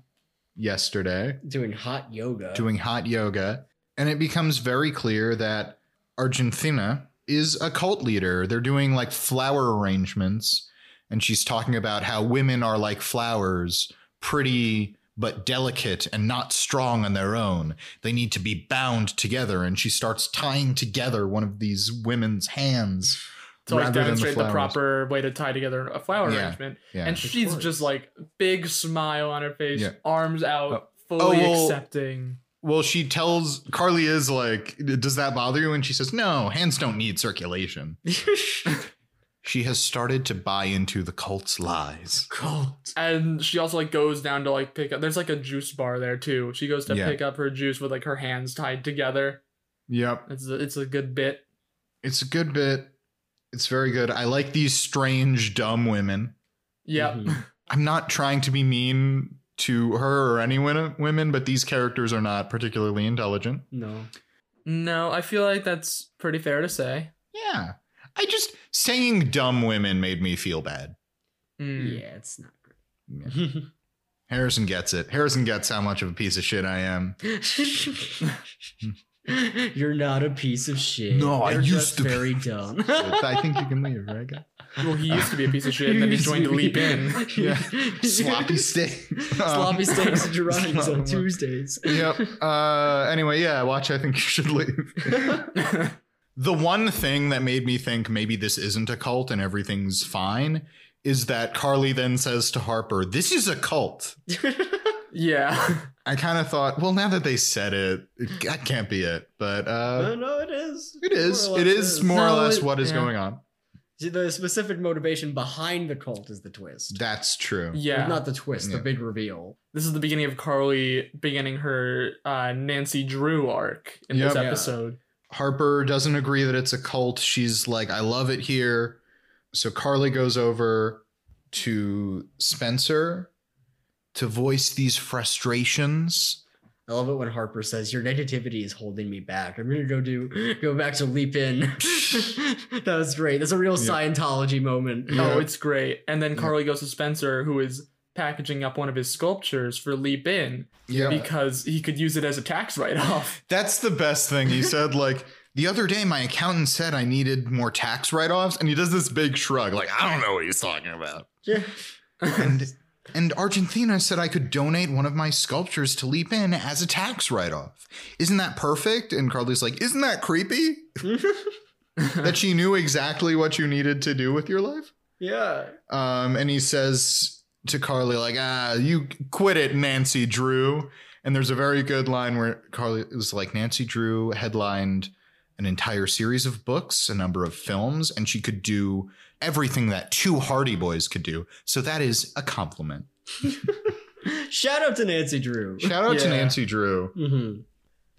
S1: yesterday
S2: Doing hot yoga.
S1: doing hot yoga. And it becomes very clear that Argentina is a cult leader. They're doing like flower arrangements. And she's talking about how women are like flowers, pretty but delicate and not strong on their own. They need to be bound together. And she starts tying together one of these women's hands.
S3: To like
S1: rather than the
S3: demonstrate the,
S1: flowers.
S3: proper way to tie together a flower
S1: Yeah.
S3: arrangement.
S1: Yeah.
S3: and she's
S2: course.
S3: just like big smile on her face,
S1: Yeah. Oh.
S3: arms out, fully
S1: well-
S3: accepting.
S1: well, she tells Carly is like, does that bother you? And she says, no, hands don't need circulation. She has started to buy into the cult's lies.
S2: Cult.
S3: And she also like goes down to like pick up. There's like a juice bar there too. She goes to
S1: Yeah.
S3: pick up her juice with like her hands tied together.
S1: Yep.
S3: It's a, it's a good bit.
S1: It's a good bit. It's very good. I like these strange, dumb women.
S3: Yeah,
S2: Mhm.
S1: I'm not trying to be mean to her or any win- women, but these characters are not particularly intelligent.
S2: No.
S1: Mm-hmm.
S3: no, I feel like that's pretty fair to say.
S1: Yeah. I just saying dumb women made me feel bad.
S3: Mm.
S2: Yeah, it's not
S1: Yeah.
S2: great.
S1: Harrison gets it. Harrison gets how much of a piece of shit I am.
S2: You're not a piece of shit.
S1: No, I
S2: You're
S1: used
S2: just
S1: to be.
S2: Very dumb.
S1: I think you can leave, right, guy?
S3: Well, he used to be a piece of shit, and then he joined to leap in.
S1: Yeah. Sloppy steak. Um,
S2: Sloppy steaks and Geronimo's on
S1: Sloppy-
S2: Tuesdays.
S1: Yep. Uh, anyway, yeah, watch. I think you should leave. The one thing that made me think maybe this isn't a cult and everything's fine is that Carly then says to Harper, This is a cult.
S3: yeah,
S1: I kind of thought, well, now that they said it, it- that can't be it. But uh,
S2: no, no, it is.
S1: it is.
S2: More or
S1: It
S2: less
S1: is more or
S3: No,
S1: less
S3: it-
S1: what is
S3: yeah.
S1: going on.
S2: See, the specific motivation behind the cult is the twist.
S1: That's true.
S3: yeah.
S2: Well, Not the twist,
S1: Yeah.
S2: the big reveal.
S3: this is the beginning of Carly beginning her uh, Nancy Drew arc in this
S1: Yep.
S2: Yeah.
S3: episode.
S1: Harper doesn't agree that it's a cult. She's like, I love it here. So Carly goes over to Spencer to voice these frustrations.
S2: I love it when Harper says, "Your negativity is holding me back. I'm gonna go do go back to leap in." that was great. That's a real
S1: Yeah.
S2: Scientology moment.
S3: Oh,
S1: Yeah.
S3: it's great. And then
S1: Yeah.
S3: Carly goes to Spencer, who is packaging up one of his sculptures for Leap In because he could use it as a tax write off.
S1: That's the best thing. He said, like, the other day my accountant said I needed more tax write offs, and he does this big shrug, like, I don't know what he's talking about.
S2: Yeah.
S1: And and Argentina said I could donate one of my sculptures to Leap In as a tax write off. Isn't that perfect? And Carly's like, Isn't that creepy? that she knew exactly what you needed to do with your life?
S3: yeah.
S1: Um, and he says to Carly, like, ah, you quit it, Nancy Drew. And there's a very good line where Carly it was like, Nancy Drew headlined an entire series of books, a number of films, and she could do everything that two Hardy Boys could do. So that is a compliment.
S2: Shout out to Nancy Drew.
S1: Shout out to
S3: Yeah.
S1: Nancy Drew.
S2: hmm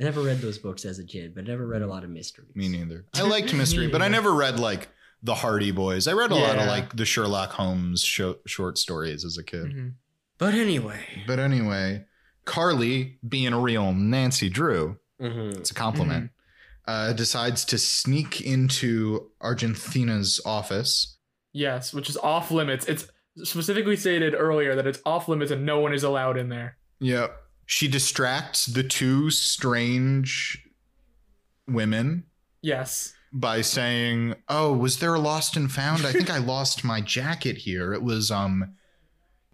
S2: I never read those books as a kid, but I never read a lot of mysteries.
S1: Me neither. I liked mystery, but I never read like the Hardy Boys. I read a lot of
S3: Yeah.
S1: like the Sherlock Holmes sho- short stories as a kid.
S3: Mhm.
S2: But anyway,
S1: But anyway, Carly, being a real Nancy Drew,
S2: Mhm.
S1: it's a compliment,
S3: Mm-hmm.
S1: uh, decides to sneak into Argentina's office.
S3: Yes, which is off limits. It's specifically stated earlier that it's off limits and no one is allowed in there.
S1: Yep. She distracts the two strange women
S3: Yes.
S1: by saying, "Oh, was there a lost and found? I think I lost my jacket here. It was um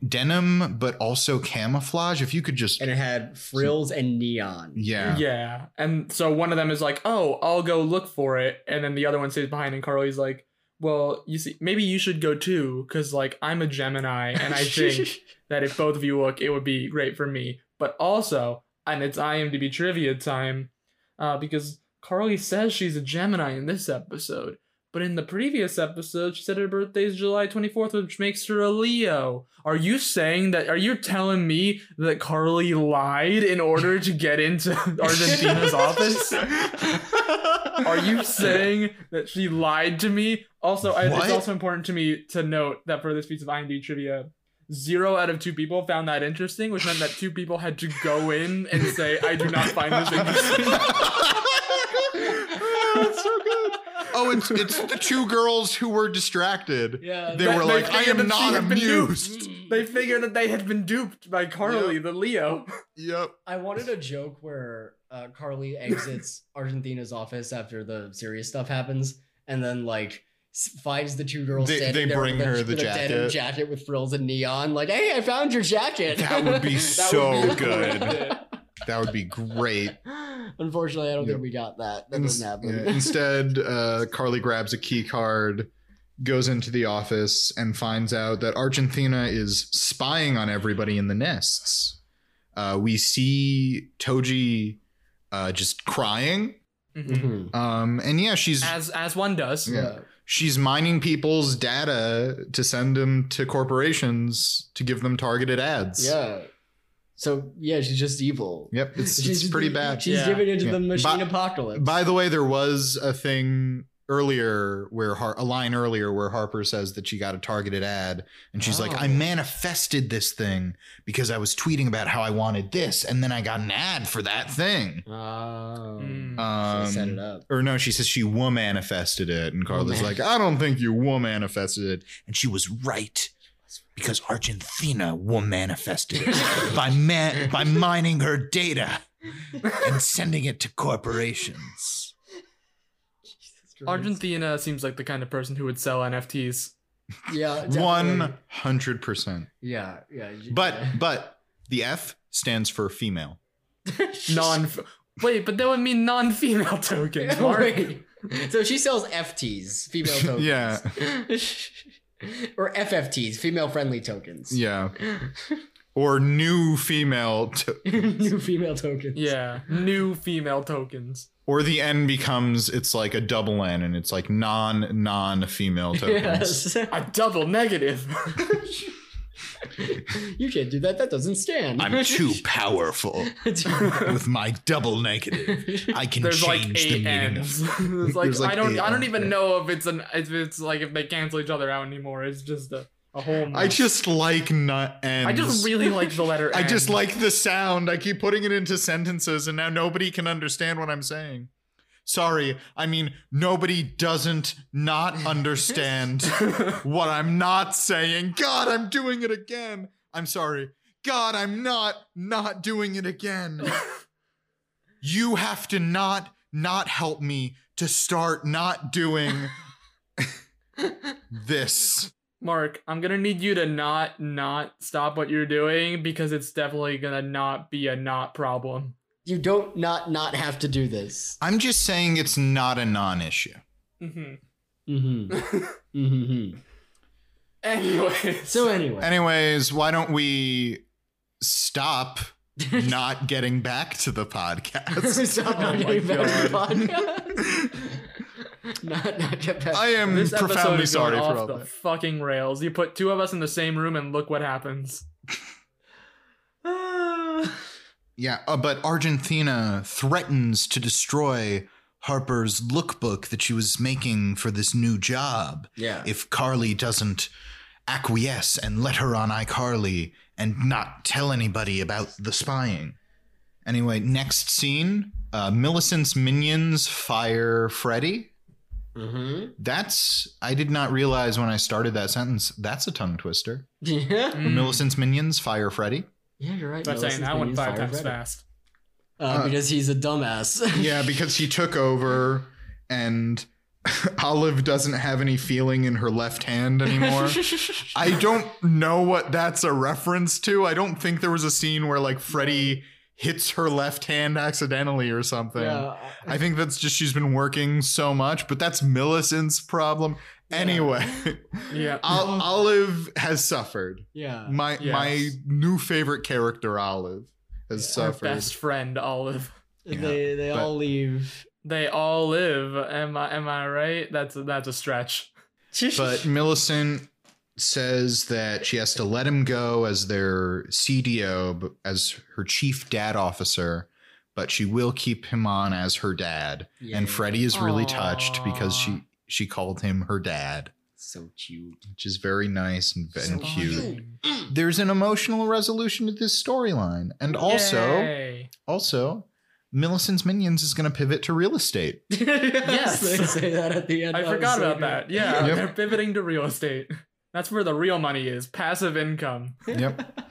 S1: denim but also camouflage. If you could just
S2: and it had frills and neon.
S1: yeah.
S3: Yeah. And so one of them is like, "Oh, I'll go look for it," and then the other one stays behind, and Carly's like, "Well, you see, maybe you should go too, because like I'm a Gemini, and I think that if both of you look, it would be great for me. But also, and it's IMDb trivia time, uh, because Carly says she's a Gemini in this episode, but in the previous episode, she said her birthday is July 24th, which makes her a Leo. Are you saying that? Are you telling me that Carly lied in order to get into Argentina's office? Are you saying that she lied to me? Also, I,
S1: What?
S3: it's also important to me to note that for this piece of IMDb trivia, zero out of two people found that interesting, which meant that two people had to go in and say, "I do not find this interesting."
S1: That's so good. Oh, it's it's the two girls who were distracted.
S2: Yeah.
S1: They
S3: That-
S1: were
S3: they
S1: like, I
S3: figured
S1: am
S3: that she
S1: not
S3: had been
S1: amused.
S3: They
S2: Mm.
S3: figured that they had been duped by Carly, the Leo.
S1: Yep.
S2: I wanted a joke where uh, Carly exits Argentina's office after the serious stuff happens, and then like s- finds the two girls.
S1: They- they
S2: standing there
S1: bring
S2: with a-
S1: her the
S2: with a denim
S1: jacket.
S2: jacket with frills and neon. Like, hey, I found your jacket.
S1: That would be so good.
S3: Yeah.
S1: That would be great.
S2: Unfortunately, I don't
S1: Yep.
S2: think we got that. That
S1: Ins-
S2: doesn't happen.
S1: yeah, instead, uh, Carly grabs a key card, goes into the office, and finds out that Argentina is spying on everybody in the nests. Uh, we see Toji uh, just crying.
S3: Mhm.
S2: Mhm.
S1: Um, and yeah, she's
S3: As as one does.
S1: Yeah. she's mining people's data to send them to corporations to give them targeted ads.
S2: Yeah. So yeah, she's just evil.
S1: Yep, it's,
S2: She's
S1: it's
S2: just-
S1: pretty bad.
S2: She's
S3: Yeah.
S2: giving into
S1: Yeah.
S2: the machine
S1: By-
S2: apocalypse.
S1: By the way, there was a thing earlier where Har- a line earlier where Harper says that she got a targeted ad and she's like
S2: Oh.
S1: I manifested this thing because I was tweeting about how I wanted this and then I got an ad for that thing.
S2: Oh.
S3: Mm.
S1: Um,
S2: Should've set it up.
S1: Or no, she says she will manifested it, and Carla's
S2: Woman.
S1: like, I don't think you will manifested it, and she was right because Argentina will manifested it by man by mining her data and sending it to corporations.
S2: Jesus Christ.
S3: Argentina seems like the kind of person who would sell NFTs.
S2: Yeah.
S1: One
S2: definitely.
S1: hundred percent.
S2: Yeah. Yeah. y-
S1: But
S2: yeah.
S1: but the F stands for female.
S3: Non. Wait, but that would mean non-female tokens. Mark.
S2: Wait. So she sells FTs, female tokens.
S1: Yeah.
S2: or FFTs, female friendly tokens.
S1: Yeah. Or new female, to-
S2: New female tokens.
S3: Yeah, new female tokens.
S1: or the N becomes it's like a double N, and it's like non non female tokens.
S2: Yes.
S3: A double negative.
S2: you can't do that. That doesn't stand.
S1: I'm too powerful with my double negative. I can
S3: There's like
S1: change the
S3: eight
S1: meaning of
S3: ends. it's like,
S1: There's like
S3: I don't
S1: eight
S3: I don't
S1: ends,
S3: even
S1: yeah.
S3: know if it's an if it's like if they cancel each other out anymore. It's just a A whole month.
S1: I just like nut ends.
S3: I just really like the letter
S1: I just
S3: N.
S1: like the sound. I keep putting it into sentences, and now nobody can understand what I'm saying. Sorry, I mean, nobody doesn't not understand what I'm not saying. God, I'm doing it again. I'm sorry. God, I'm not not doing it again. you have to not not help me to start not doing this.
S3: Mark, I'm gonna need you to not not stop what you're doing because it's definitely gonna not be a not problem.
S2: You don't not not have to do this.
S1: I'm just saying it's not a non issue.
S3: Mm-hmm.
S2: Mm-hmm. mm-hmm.
S3: Anyway,
S2: So anyway,
S1: Anyways, why don't we stop not getting back to the podcast?
S2: stop
S3: Oh
S2: not
S3: my
S2: getting back to the
S3: God.
S2: podcast. not not get back.
S1: I am
S3: this episode
S1: profoundly
S3: is going
S1: sorry for all
S3: off the
S1: that.
S3: fucking rails. You put two of us in the same room and look what happens. Ah.
S1: Yeah, uh, but Argentina threatens to destroy Harper's lookbook that she was making for this new job
S2: yeah.
S1: if Carly doesn't acquiesce and let her on iCarly and not tell anybody about the spying. Anyway, next scene uh, Millicent's minions fire Freddy.
S2: Mm-hmm.
S1: That's I did not realize when I started that sentence. That's a tongue twister.
S2: Yeah.
S3: Mm.
S1: Millicent's minions fire Freddy.
S2: Yeah, you're right.
S3: By
S2: Millicent's
S3: saying that one
S2: minions
S3: five
S2: fire
S3: times
S2: Freddy.
S3: fast.
S2: Uh,
S1: Uh,
S2: because he's a dumbass.
S1: Yeah, because he took over and Olive doesn't have any feeling in her left hand anymore. I don't know what that's a reference to. I don't think there was a scene where like Freddy hits her left hand accidentally or something.
S2: Yeah.
S1: I think that's just she's been working so much, but that's Millicent's problem. Anyway,
S3: Yeah.
S1: Ol- Olive has suffered.
S2: Yeah.
S1: my
S3: Yes.
S1: my new favorite character olive has
S2: Yeah.
S3: Our
S1: suffered
S3: best friend Olive.
S1: Yeah,
S2: they they
S1: but-
S2: all leave.
S3: They all live. Am I am I right? That's that's a stretch.
S1: but millicent says that she has to let him go as their cdo b- as her chief dad officer but she will keep him on as her dad
S2: Yeah.
S1: and freddie is really touched because
S3: Aw.
S1: she she called him her dad
S2: So cute.
S1: which is very nice and, and
S2: So
S1: cute there's an emotional resolution to this storyline and also
S3: Yay.
S1: also millicent's minions is going to pivot to real estate
S2: yes, they say that at the end.
S3: I
S2: That was
S3: forgot
S2: so
S3: about
S2: good.
S3: that. Yeah,
S1: Yep.
S3: they're pivoting to real estate. That's where the real money is. Passive income.
S1: Yep.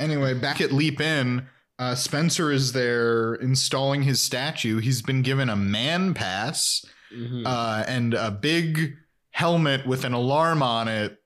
S1: Anyway, back at Leap In, uh, Spencer is there installing his statue. He's been given a man pass
S2: Mhm.
S1: uh, and a big helmet with an alarm on it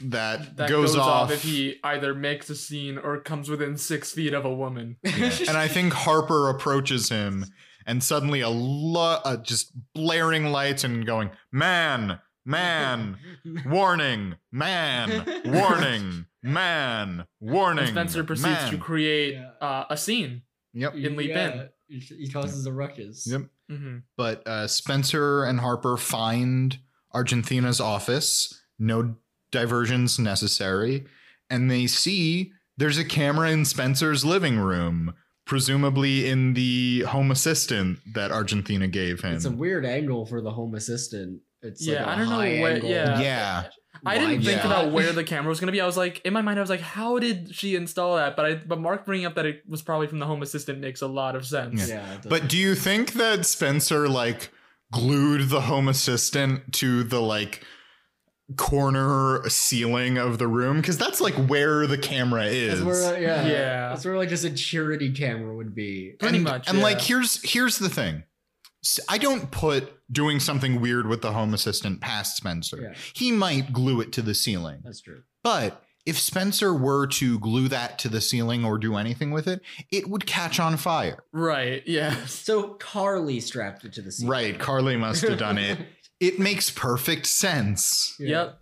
S1: that,
S3: That
S1: goes, off.
S3: if he either makes a scene or comes within six feet of a woman.
S1: and I think Harper approaches him, and suddenly a lo- uh, just blaring lights and going, man, man, warning, man, warning, man, warning.
S3: And Spencer proceeds to
S1: man."
S3: create
S2: Yeah.
S3: uh, a scene.
S1: Yep.
S3: in Leap
S2: Yeah, He he causes a ruckus.
S1: Yep.
S3: hmm
S1: but uh, Spencer and Harper find Argentina's office. No diversions necessary. And they see there's a camera in Spencer's living room, presumably in the home assistant that Argentina gave him.
S2: It's a weird angle for the home assistant. It's
S3: Yeah,
S2: I
S3: I don't know what- yeah.
S1: yeah.
S3: I didn't
S1: Wide
S3: think
S1: shot.
S3: about where the camera was gonna be. I was like, in my mind, I was like, how did she install that? But I, but Mark bringing up that it was probably from the home assistant makes a lot of sense.
S2: Yeah, it
S1: But do you think that Spencer like glued the home assistant to the like corner ceiling of the room? Because that's like where the camera
S2: doesn't-
S1: is.
S2: that's where, uh, yeah,
S3: Yeah.
S2: that's where like just a charity camera would be.
S3: Pretty
S1: and,
S3: much,
S1: And like,
S3: yeah.
S1: here's here's the thing. S- I don't put doing something weird with the home assistant past Spencer.
S2: Yeah.
S1: He might glue it to the ceiling,
S2: That's true.
S1: but if Spencer were to glue that to the ceiling or do anything with it, it would catch on fire.
S3: Right. Yes.
S2: So Carly strapped it to the seat.
S1: Right? Carly must have done it. It makes perfect sense.
S2: Yeah.
S3: Yep.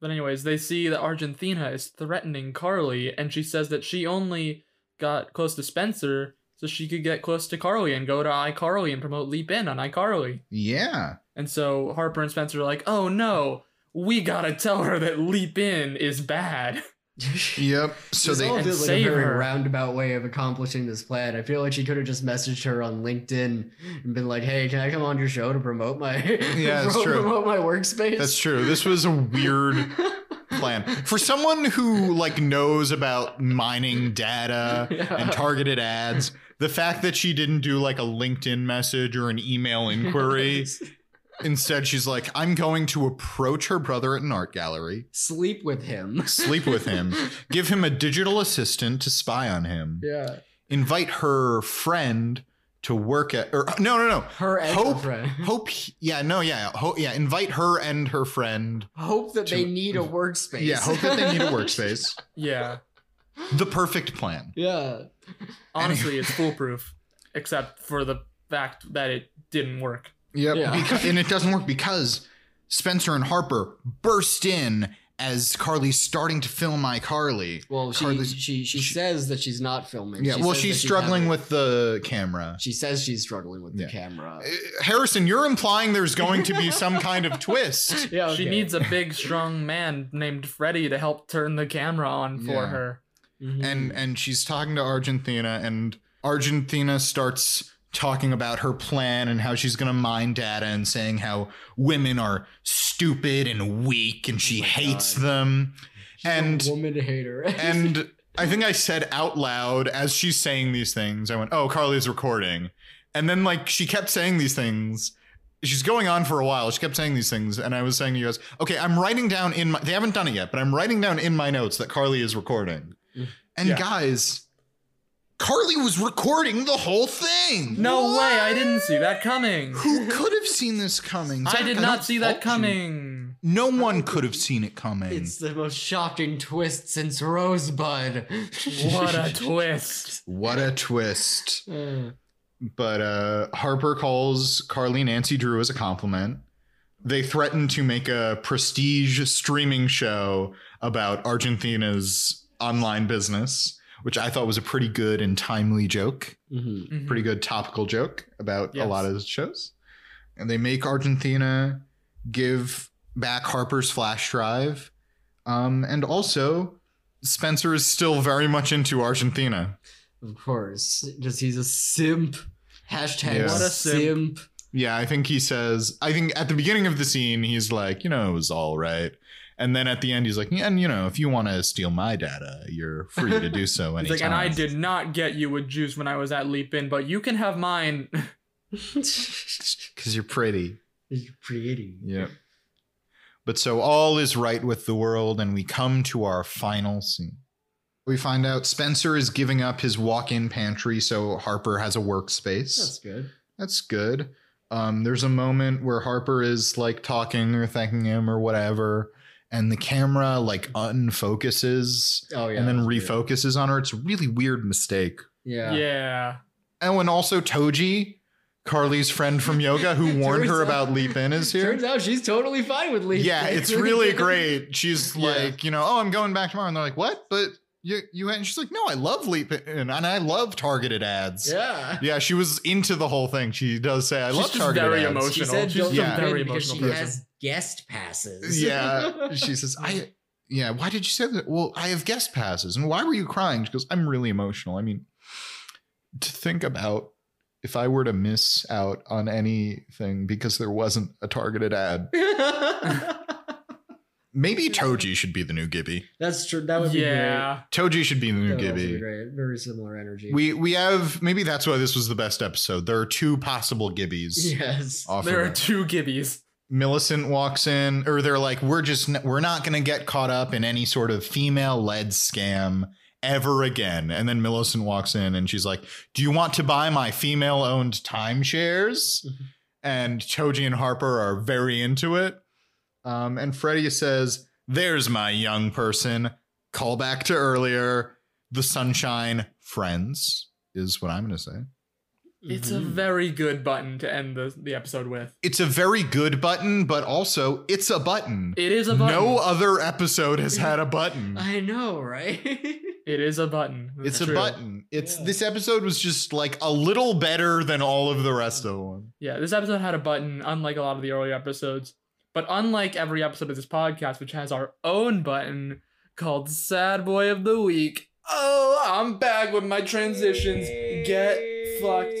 S3: But anyways, they see that Argentina is threatening Carly, and she says that she only got close to Spencer so she could get close to Carly and go to iCarly and promote Leap In on iCarly.
S1: Yeah.
S3: And so Harper and Spencer are like, "Oh no, we gotta tell her that Leap In is bad."
S1: Yep. So
S2: This all
S1: they
S3: And
S2: feels like a
S3: save
S2: very
S3: her.
S2: roundabout way of accomplishing this plan. I feel like she could have just messaged her on LinkedIn and been like, "Hey, can I come on your show to promote my
S1: it's
S2: pro-
S1: true.
S2: promote my workspace?"
S1: That's true. This was a weird plan. For someone who like knows about mining data
S3: Yeah.
S1: and targeted ads, the fact that she didn't do like a LinkedIn message or an email inquiry, instead she's like, "I'm going to approach her brother at an art gallery,
S2: Sleep with him.
S1: sleep with him, give him a digital assistant to spy on him,
S3: yeah.
S1: invite her friend to work at or no, no, no.
S2: Her and her
S1: Hope-
S2: friend.
S1: Hope yeah, no, yeah. Hope yeah, invite her and her friend
S2: Hope that they
S1: To-
S2: need a workspace.
S1: Yeah, hope that they need a workspace.
S3: Yeah.
S1: The perfect plan.
S2: yeah.
S3: Honestly, it's foolproof, except for the fact that it didn't work.
S1: Yep.
S2: Yeah.
S1: Beca- and it doesn't work because Spencer and Harper burst in as Carly's starting to film iCarly.
S2: Well, she,
S1: Carly's-
S2: she she
S1: she-
S2: says that she's not filming.
S1: Yeah,
S2: She
S1: well,
S2: says
S1: she's
S2: that
S1: struggling
S2: having-
S1: with the camera.
S2: She says she's struggling with
S1: Yeah.
S2: the camera.
S1: Uh, Harrison, you're implying there's going to be some kind of twist.
S2: Yeah,
S3: She needs a big, strong man named Freddy to help turn the camera on for
S1: Yeah.
S3: her. Mm-hmm.
S1: And and she's talking to Argentina and Argentina starts talking about her plan and how she's going to mine data and saying how women are stupid and weak and she
S2: Oh my
S1: hates
S2: God.
S1: them. and-
S2: woman hater.
S1: And I think I said out loud as she's saying these things, I went, Oh, Carly's recording. And then, like, she kept saying these things. She's going on for a while. She kept saying these things. And I was saying to you guys, Okay, I'm writing down in my, they haven't done it yet, but I'm writing down in my notes that Carly is recording.
S2: Mm.
S1: And
S3: Yeah.
S1: guys, Carly was recording the whole thing.
S3: No way! I didn't see that coming.
S1: Who could have seen this coming?
S3: I
S1: Zach,
S3: did
S1: don't
S3: not see that
S1: fault you.
S3: coming.
S1: No one could have seen it coming.
S2: it's the most shocking twist since Rosebud.
S3: What a twist!
S1: what a twist.
S2: Uh,
S1: but uh, Harper calls Carly Nancy Drew as a compliment. They threaten to make a prestige streaming show about Argentina's online business, which I thought was a pretty good and timely joke,
S2: mhm.
S3: Mhm.
S1: pretty good topical joke about
S3: Yes.
S1: a lot of the shows. And they make Argentina give back Harper's flash drive. Um, and also, Spencer is still very much into Argentina.
S2: Of course, because he's a simp. Hashtag
S1: Yeah.
S2: what
S1: What
S2: a
S3: a
S2: simp.
S3: simp.
S1: Yeah, I think he says, I think at the beginning of the scene, he's like, you know, it was all right. And then at the end, he's like, yeah, and you know, if you want to steal my data, you're free to do so
S3: It's
S1: anytime.
S3: like, and I did not get you with juice when I was at Leap In, but you can have mine.
S1: Because you're pretty.
S2: He's pretty.
S1: Yeah. But so all is right with the world, and we come to our final scene. We find out Spencer is giving up his walk in pantry, so Harper has a workspace.
S2: That's good.
S1: That's good. Um, there's a moment where Harper is like talking or thanking him or whatever, and the camera like unfocuses
S2: Oh yeah.
S1: and then
S2: that's good.
S1: refocuses on her. It's a really weird mistake.
S2: Yeah.
S3: Yeah.
S1: Oh, and also Toji, Carly's friend from yoga, who warned
S2: Turns
S1: her
S2: out-
S1: about Leap In, is here.
S2: Turns out she's totally fine with leaving.
S1: yeah, it's really great. She's
S2: Yeah.
S1: like, you know, oh, I'm going back tomorrow, and they're like, what? But you, you, and she's like, no, I love Leap In, and I love targeted ads.
S2: Yeah.
S1: Yeah, she was into the whole thing. She does say, "I
S3: She's
S1: love
S3: just
S1: targeted
S3: very
S1: ads."
S3: emotional.
S2: She said
S3: She's
S2: don't
S1: just a
S2: yeah.
S3: very
S2: because she
S3: emotional person.
S2: has guest passes.
S1: yeah she says i yeah why did you say that well i have guest passes and why were you crying she goes i'm really emotional i mean to think about if i were to miss out on anything because there wasn't a targeted ad maybe toji should be the new gibby
S2: That's true. That would be
S3: yeah.
S1: toji should be the new
S2: great. That would also be
S1: Mm, gibby
S2: great. Very similar energy.
S1: we we have maybe that's why this was the best episode there are two possible gibbies
S2: yes.
S1: off
S3: There
S1: of
S3: are
S1: it.
S3: two Gibbies.
S1: Millicent walks in, or they're like, "We're just n- we're not going to get caught up in any sort of female-led scam ever again." And then Millicent walks in, and she's like, "Do you want to buy my female-owned timeshares?" and Choji and Harper are very into it. Um, and Freddie says, "There's my young person." Call back to earlier. The sunshine friends is what I'm going to say.
S3: It's
S1: Mm-hmm.
S3: a
S2: Mhm.
S3: very good button to end the, the episode with.
S1: It's a very good button, but also it's a button.
S3: It is a button.
S1: No other episode has had a button.
S2: I know, right?
S3: It is a button. That's
S1: It's a
S3: true.
S1: button. It's
S2: Yeah.
S1: this episode was just like a little better than all of the rest of them.
S3: Yeah, this episode had a button, unlike a lot of the earlier episodes. But unlike every episode of this podcast, which has our own button called Sad Boy of the Week. Oh, I'm back with my transitions. Get fucked.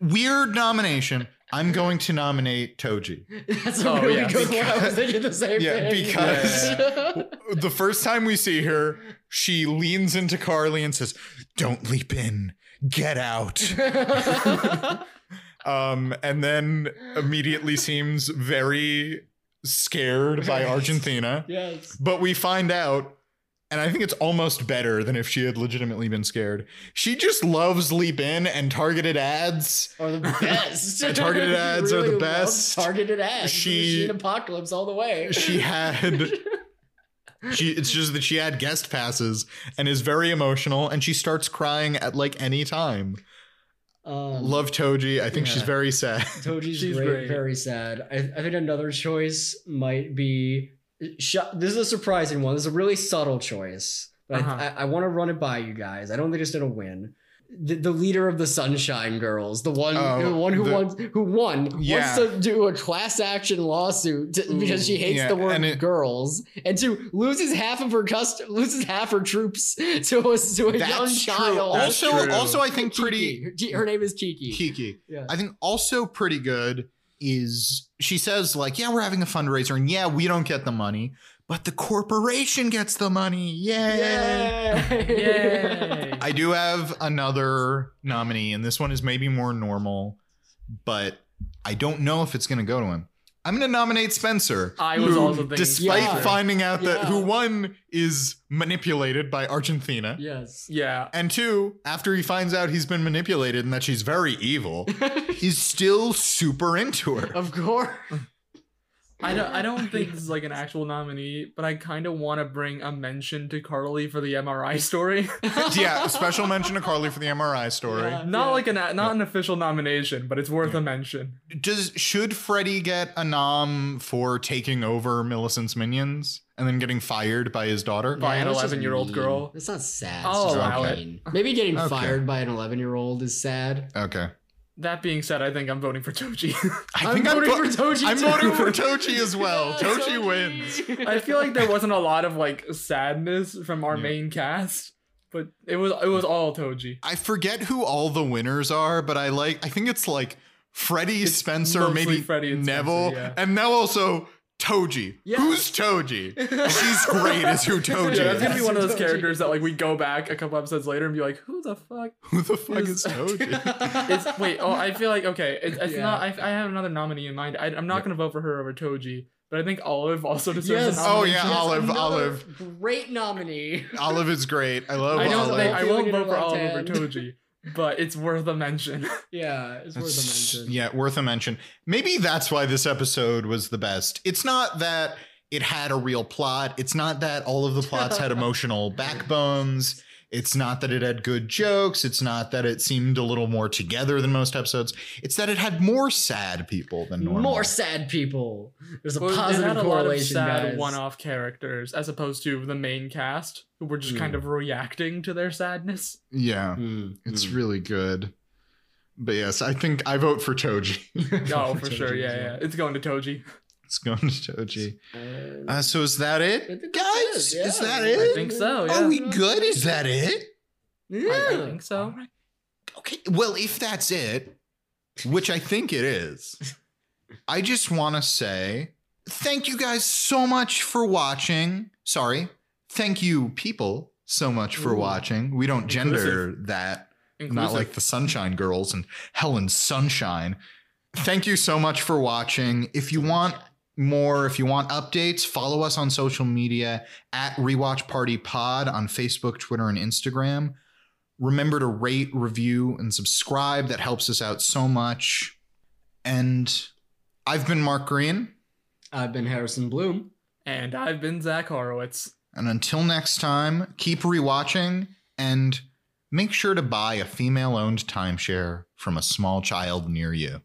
S1: Weird nomination. I'm going to nominate Toji.
S2: That's a
S3: Oh,
S2: really
S3: yeah.
S2: good one. I
S1: Because-
S2: was thinking the same
S1: Yeah,
S2: thing.
S1: because-
S2: Yeah.
S1: The first time we see her, she leans into Carly and says, "Don't leap in, get out." Um, and then immediately seems very scared by Argentina.
S2: yes.
S1: But we find out, and I think it's almost better than if she had legitimately been scared. She just loves leap in and targeted ads.
S2: Are the best.
S1: The targeted ads are the
S2: Really
S1: best.
S2: loves Targeted ads.
S1: She-
S2: Machine apocalypse all the way.
S1: She had she it's just that she had guest passes and is very emotional and she starts crying at like any time.
S2: Um,
S1: Love Toji. I think she's
S2: Yeah.
S1: very sad.
S2: Toji's
S3: She's
S2: great,
S3: great.
S2: very sad. I, I think another choice might be. Sh- this is a surprising one. This is a really subtle choice. But
S3: Uh-huh.
S2: I, I want to run it by you guys. I don't think it's gonna win. The, the leader of the Sunshine Girls, the one,
S1: Oh,
S2: the one who
S1: the-
S2: wants, who won,
S1: Yeah.
S2: wants to do a class action lawsuit to, because she hates
S1: Yeah,
S2: the word
S1: and it-
S2: girls, and two loses half of her cust- loses half her troops to a, to a young
S1: That's true.
S2: child.
S1: Also,
S3: That's true.
S1: also I think pretty
S2: Kiki. Her- Ki- Her name is Kiki.
S1: Kiki.
S2: Yeah.
S1: I think also pretty good is she says like, yeah, we're having a fundraiser and yeah, we don't get the money, but the corporation gets the money. Yay.
S3: Yay.
S1: I do have another nominee and this one is maybe more normal, but I don't know if it's going to go to him. I'm going to nominate Spencer.
S3: I was
S1: who,
S3: also thinking
S1: despite
S2: Spencer.
S1: finding out that
S2: Yeah.
S1: who won is manipulated by Argentina.
S2: Yes.
S3: yeah.
S1: And two, after he finds out he's been manipulated and that she's very evil, is still super into her.
S2: of course.
S3: I don't I don't think this is like an actual nominee, but I kind of want to bring a mention to Carly for the MRI story.
S1: yeah, special mention to Carly for the MRI story.
S2: Yeah.
S3: not like an not an official nomination, but it's worth a mention.
S1: Does should Freddy get a nom for taking over Millicent's minions and then getting fired by his daughter?
S3: By an
S2: that's just
S3: 11-year-old
S2: mean.
S3: girl.
S2: It's not sad.
S3: I'll
S2: It's
S1: allow
S2: just
S1: it.
S2: mean. Maybe getting
S1: Okay.
S2: fired by an 11 year old is sad.
S1: Okay.
S3: That being said, I think I'm voting for Toji.
S1: I
S2: I'm
S1: think I'm,
S2: voting
S1: vo-
S2: for Toji.
S1: I'm
S2: too.
S1: voting for Toji as well.
S2: Yeah,
S1: Toji wins.
S3: I feel like there wasn't a lot of like sadness from our
S1: Yeah.
S3: main cast, but it was it was all Toji.
S1: I forget who all the winners are, but I like I think it's like Freddy,
S3: It's
S1: Spencer,
S3: mostly
S1: maybe
S3: Freddy and
S1: Neville,
S3: Spencer, yeah.
S1: and now also Toji.
S3: Yeah.
S1: Who's Toji? She's great as who Toji
S3: Yeah, that's gonna be
S1: is.
S3: one of those
S2: Toji.
S3: characters that like we go back a couple episodes later and be like, who the fuck?
S1: Who the fuck
S3: is-
S1: is Toji?
S3: It's wait. Oh, I feel like okay. It, it's
S2: Yeah.
S3: not. I, I have another nominee in mind. I, I'm not
S1: Yeah.
S3: gonna vote for her over Toji, but I think Olive also
S2: Yes.
S3: deserves a
S1: Oh,
S3: nomination.
S1: yeah, Olive,
S2: another
S1: Olive.
S2: Great nominee.
S1: Olive is great. I love
S3: I know
S1: Olive.
S3: that I won't
S2: Feeling
S3: vote
S2: in
S3: for
S2: her
S3: Olive over
S2: left hand.
S3: Toji, but it's worth a mention.
S2: Yeah, it's worth a
S1: That's-
S2: mention.
S1: Yeah, worth a mention. Maybe that's why this episode was the best. It's not that it had a real plot. It's not that all of the plots had emotional backbones. It's not that it had good jokes. It's not that it seemed a little more together than most episodes. It's that it had more sad people than normal.
S2: More sad people. There's a
S3: Well, it
S2: positive
S3: had a lot of
S2: correlation,
S3: sad
S2: guys.
S3: one-off characters as opposed to the main cast who were just
S2: Hmm.
S3: kind of reacting to their sadness.
S1: Yeah,
S2: Mm,
S1: it's
S2: mm.
S1: really good. But yes, I think I vote for Toji.
S3: Oh, for sure.
S2: Toji
S3: Yeah,
S2: as
S3: yeah. It's going to Toji.
S1: it's going to Toji.
S2: well.
S1: Uh, so is that it,
S2: I think that's
S1: guys?
S2: it,
S1: Is
S2: yeah.
S1: that
S3: I
S1: it?
S3: think so. Yeah.
S1: Are we good? Is that it?
S3: I, I
S2: Yeah.
S3: think so.
S1: Okay. Well, if that's it, which I think it is, I just want to say thank you guys so much for watching. Sorry. Thank you, people, so much for
S2: Ooh.
S1: watching. We don't gender
S3: Inclusive.
S1: that, not
S3: Inclusive.
S1: like the Sunshine Girls and Helen Sunshine. Thank you so much for watching. If you want more, if you want updates, follow us on social media at Rewatch Party Pod on Facebook, Twitter, and Instagram. Remember to rate, review, and subscribe. That helps us out so much. And I've been Mark Green.
S2: I've been Harrison Bloom.
S3: and I've been Zach Horowitz.
S1: And until next time, keep rewatching and make sure to buy a female owned timeshare from a small child near you.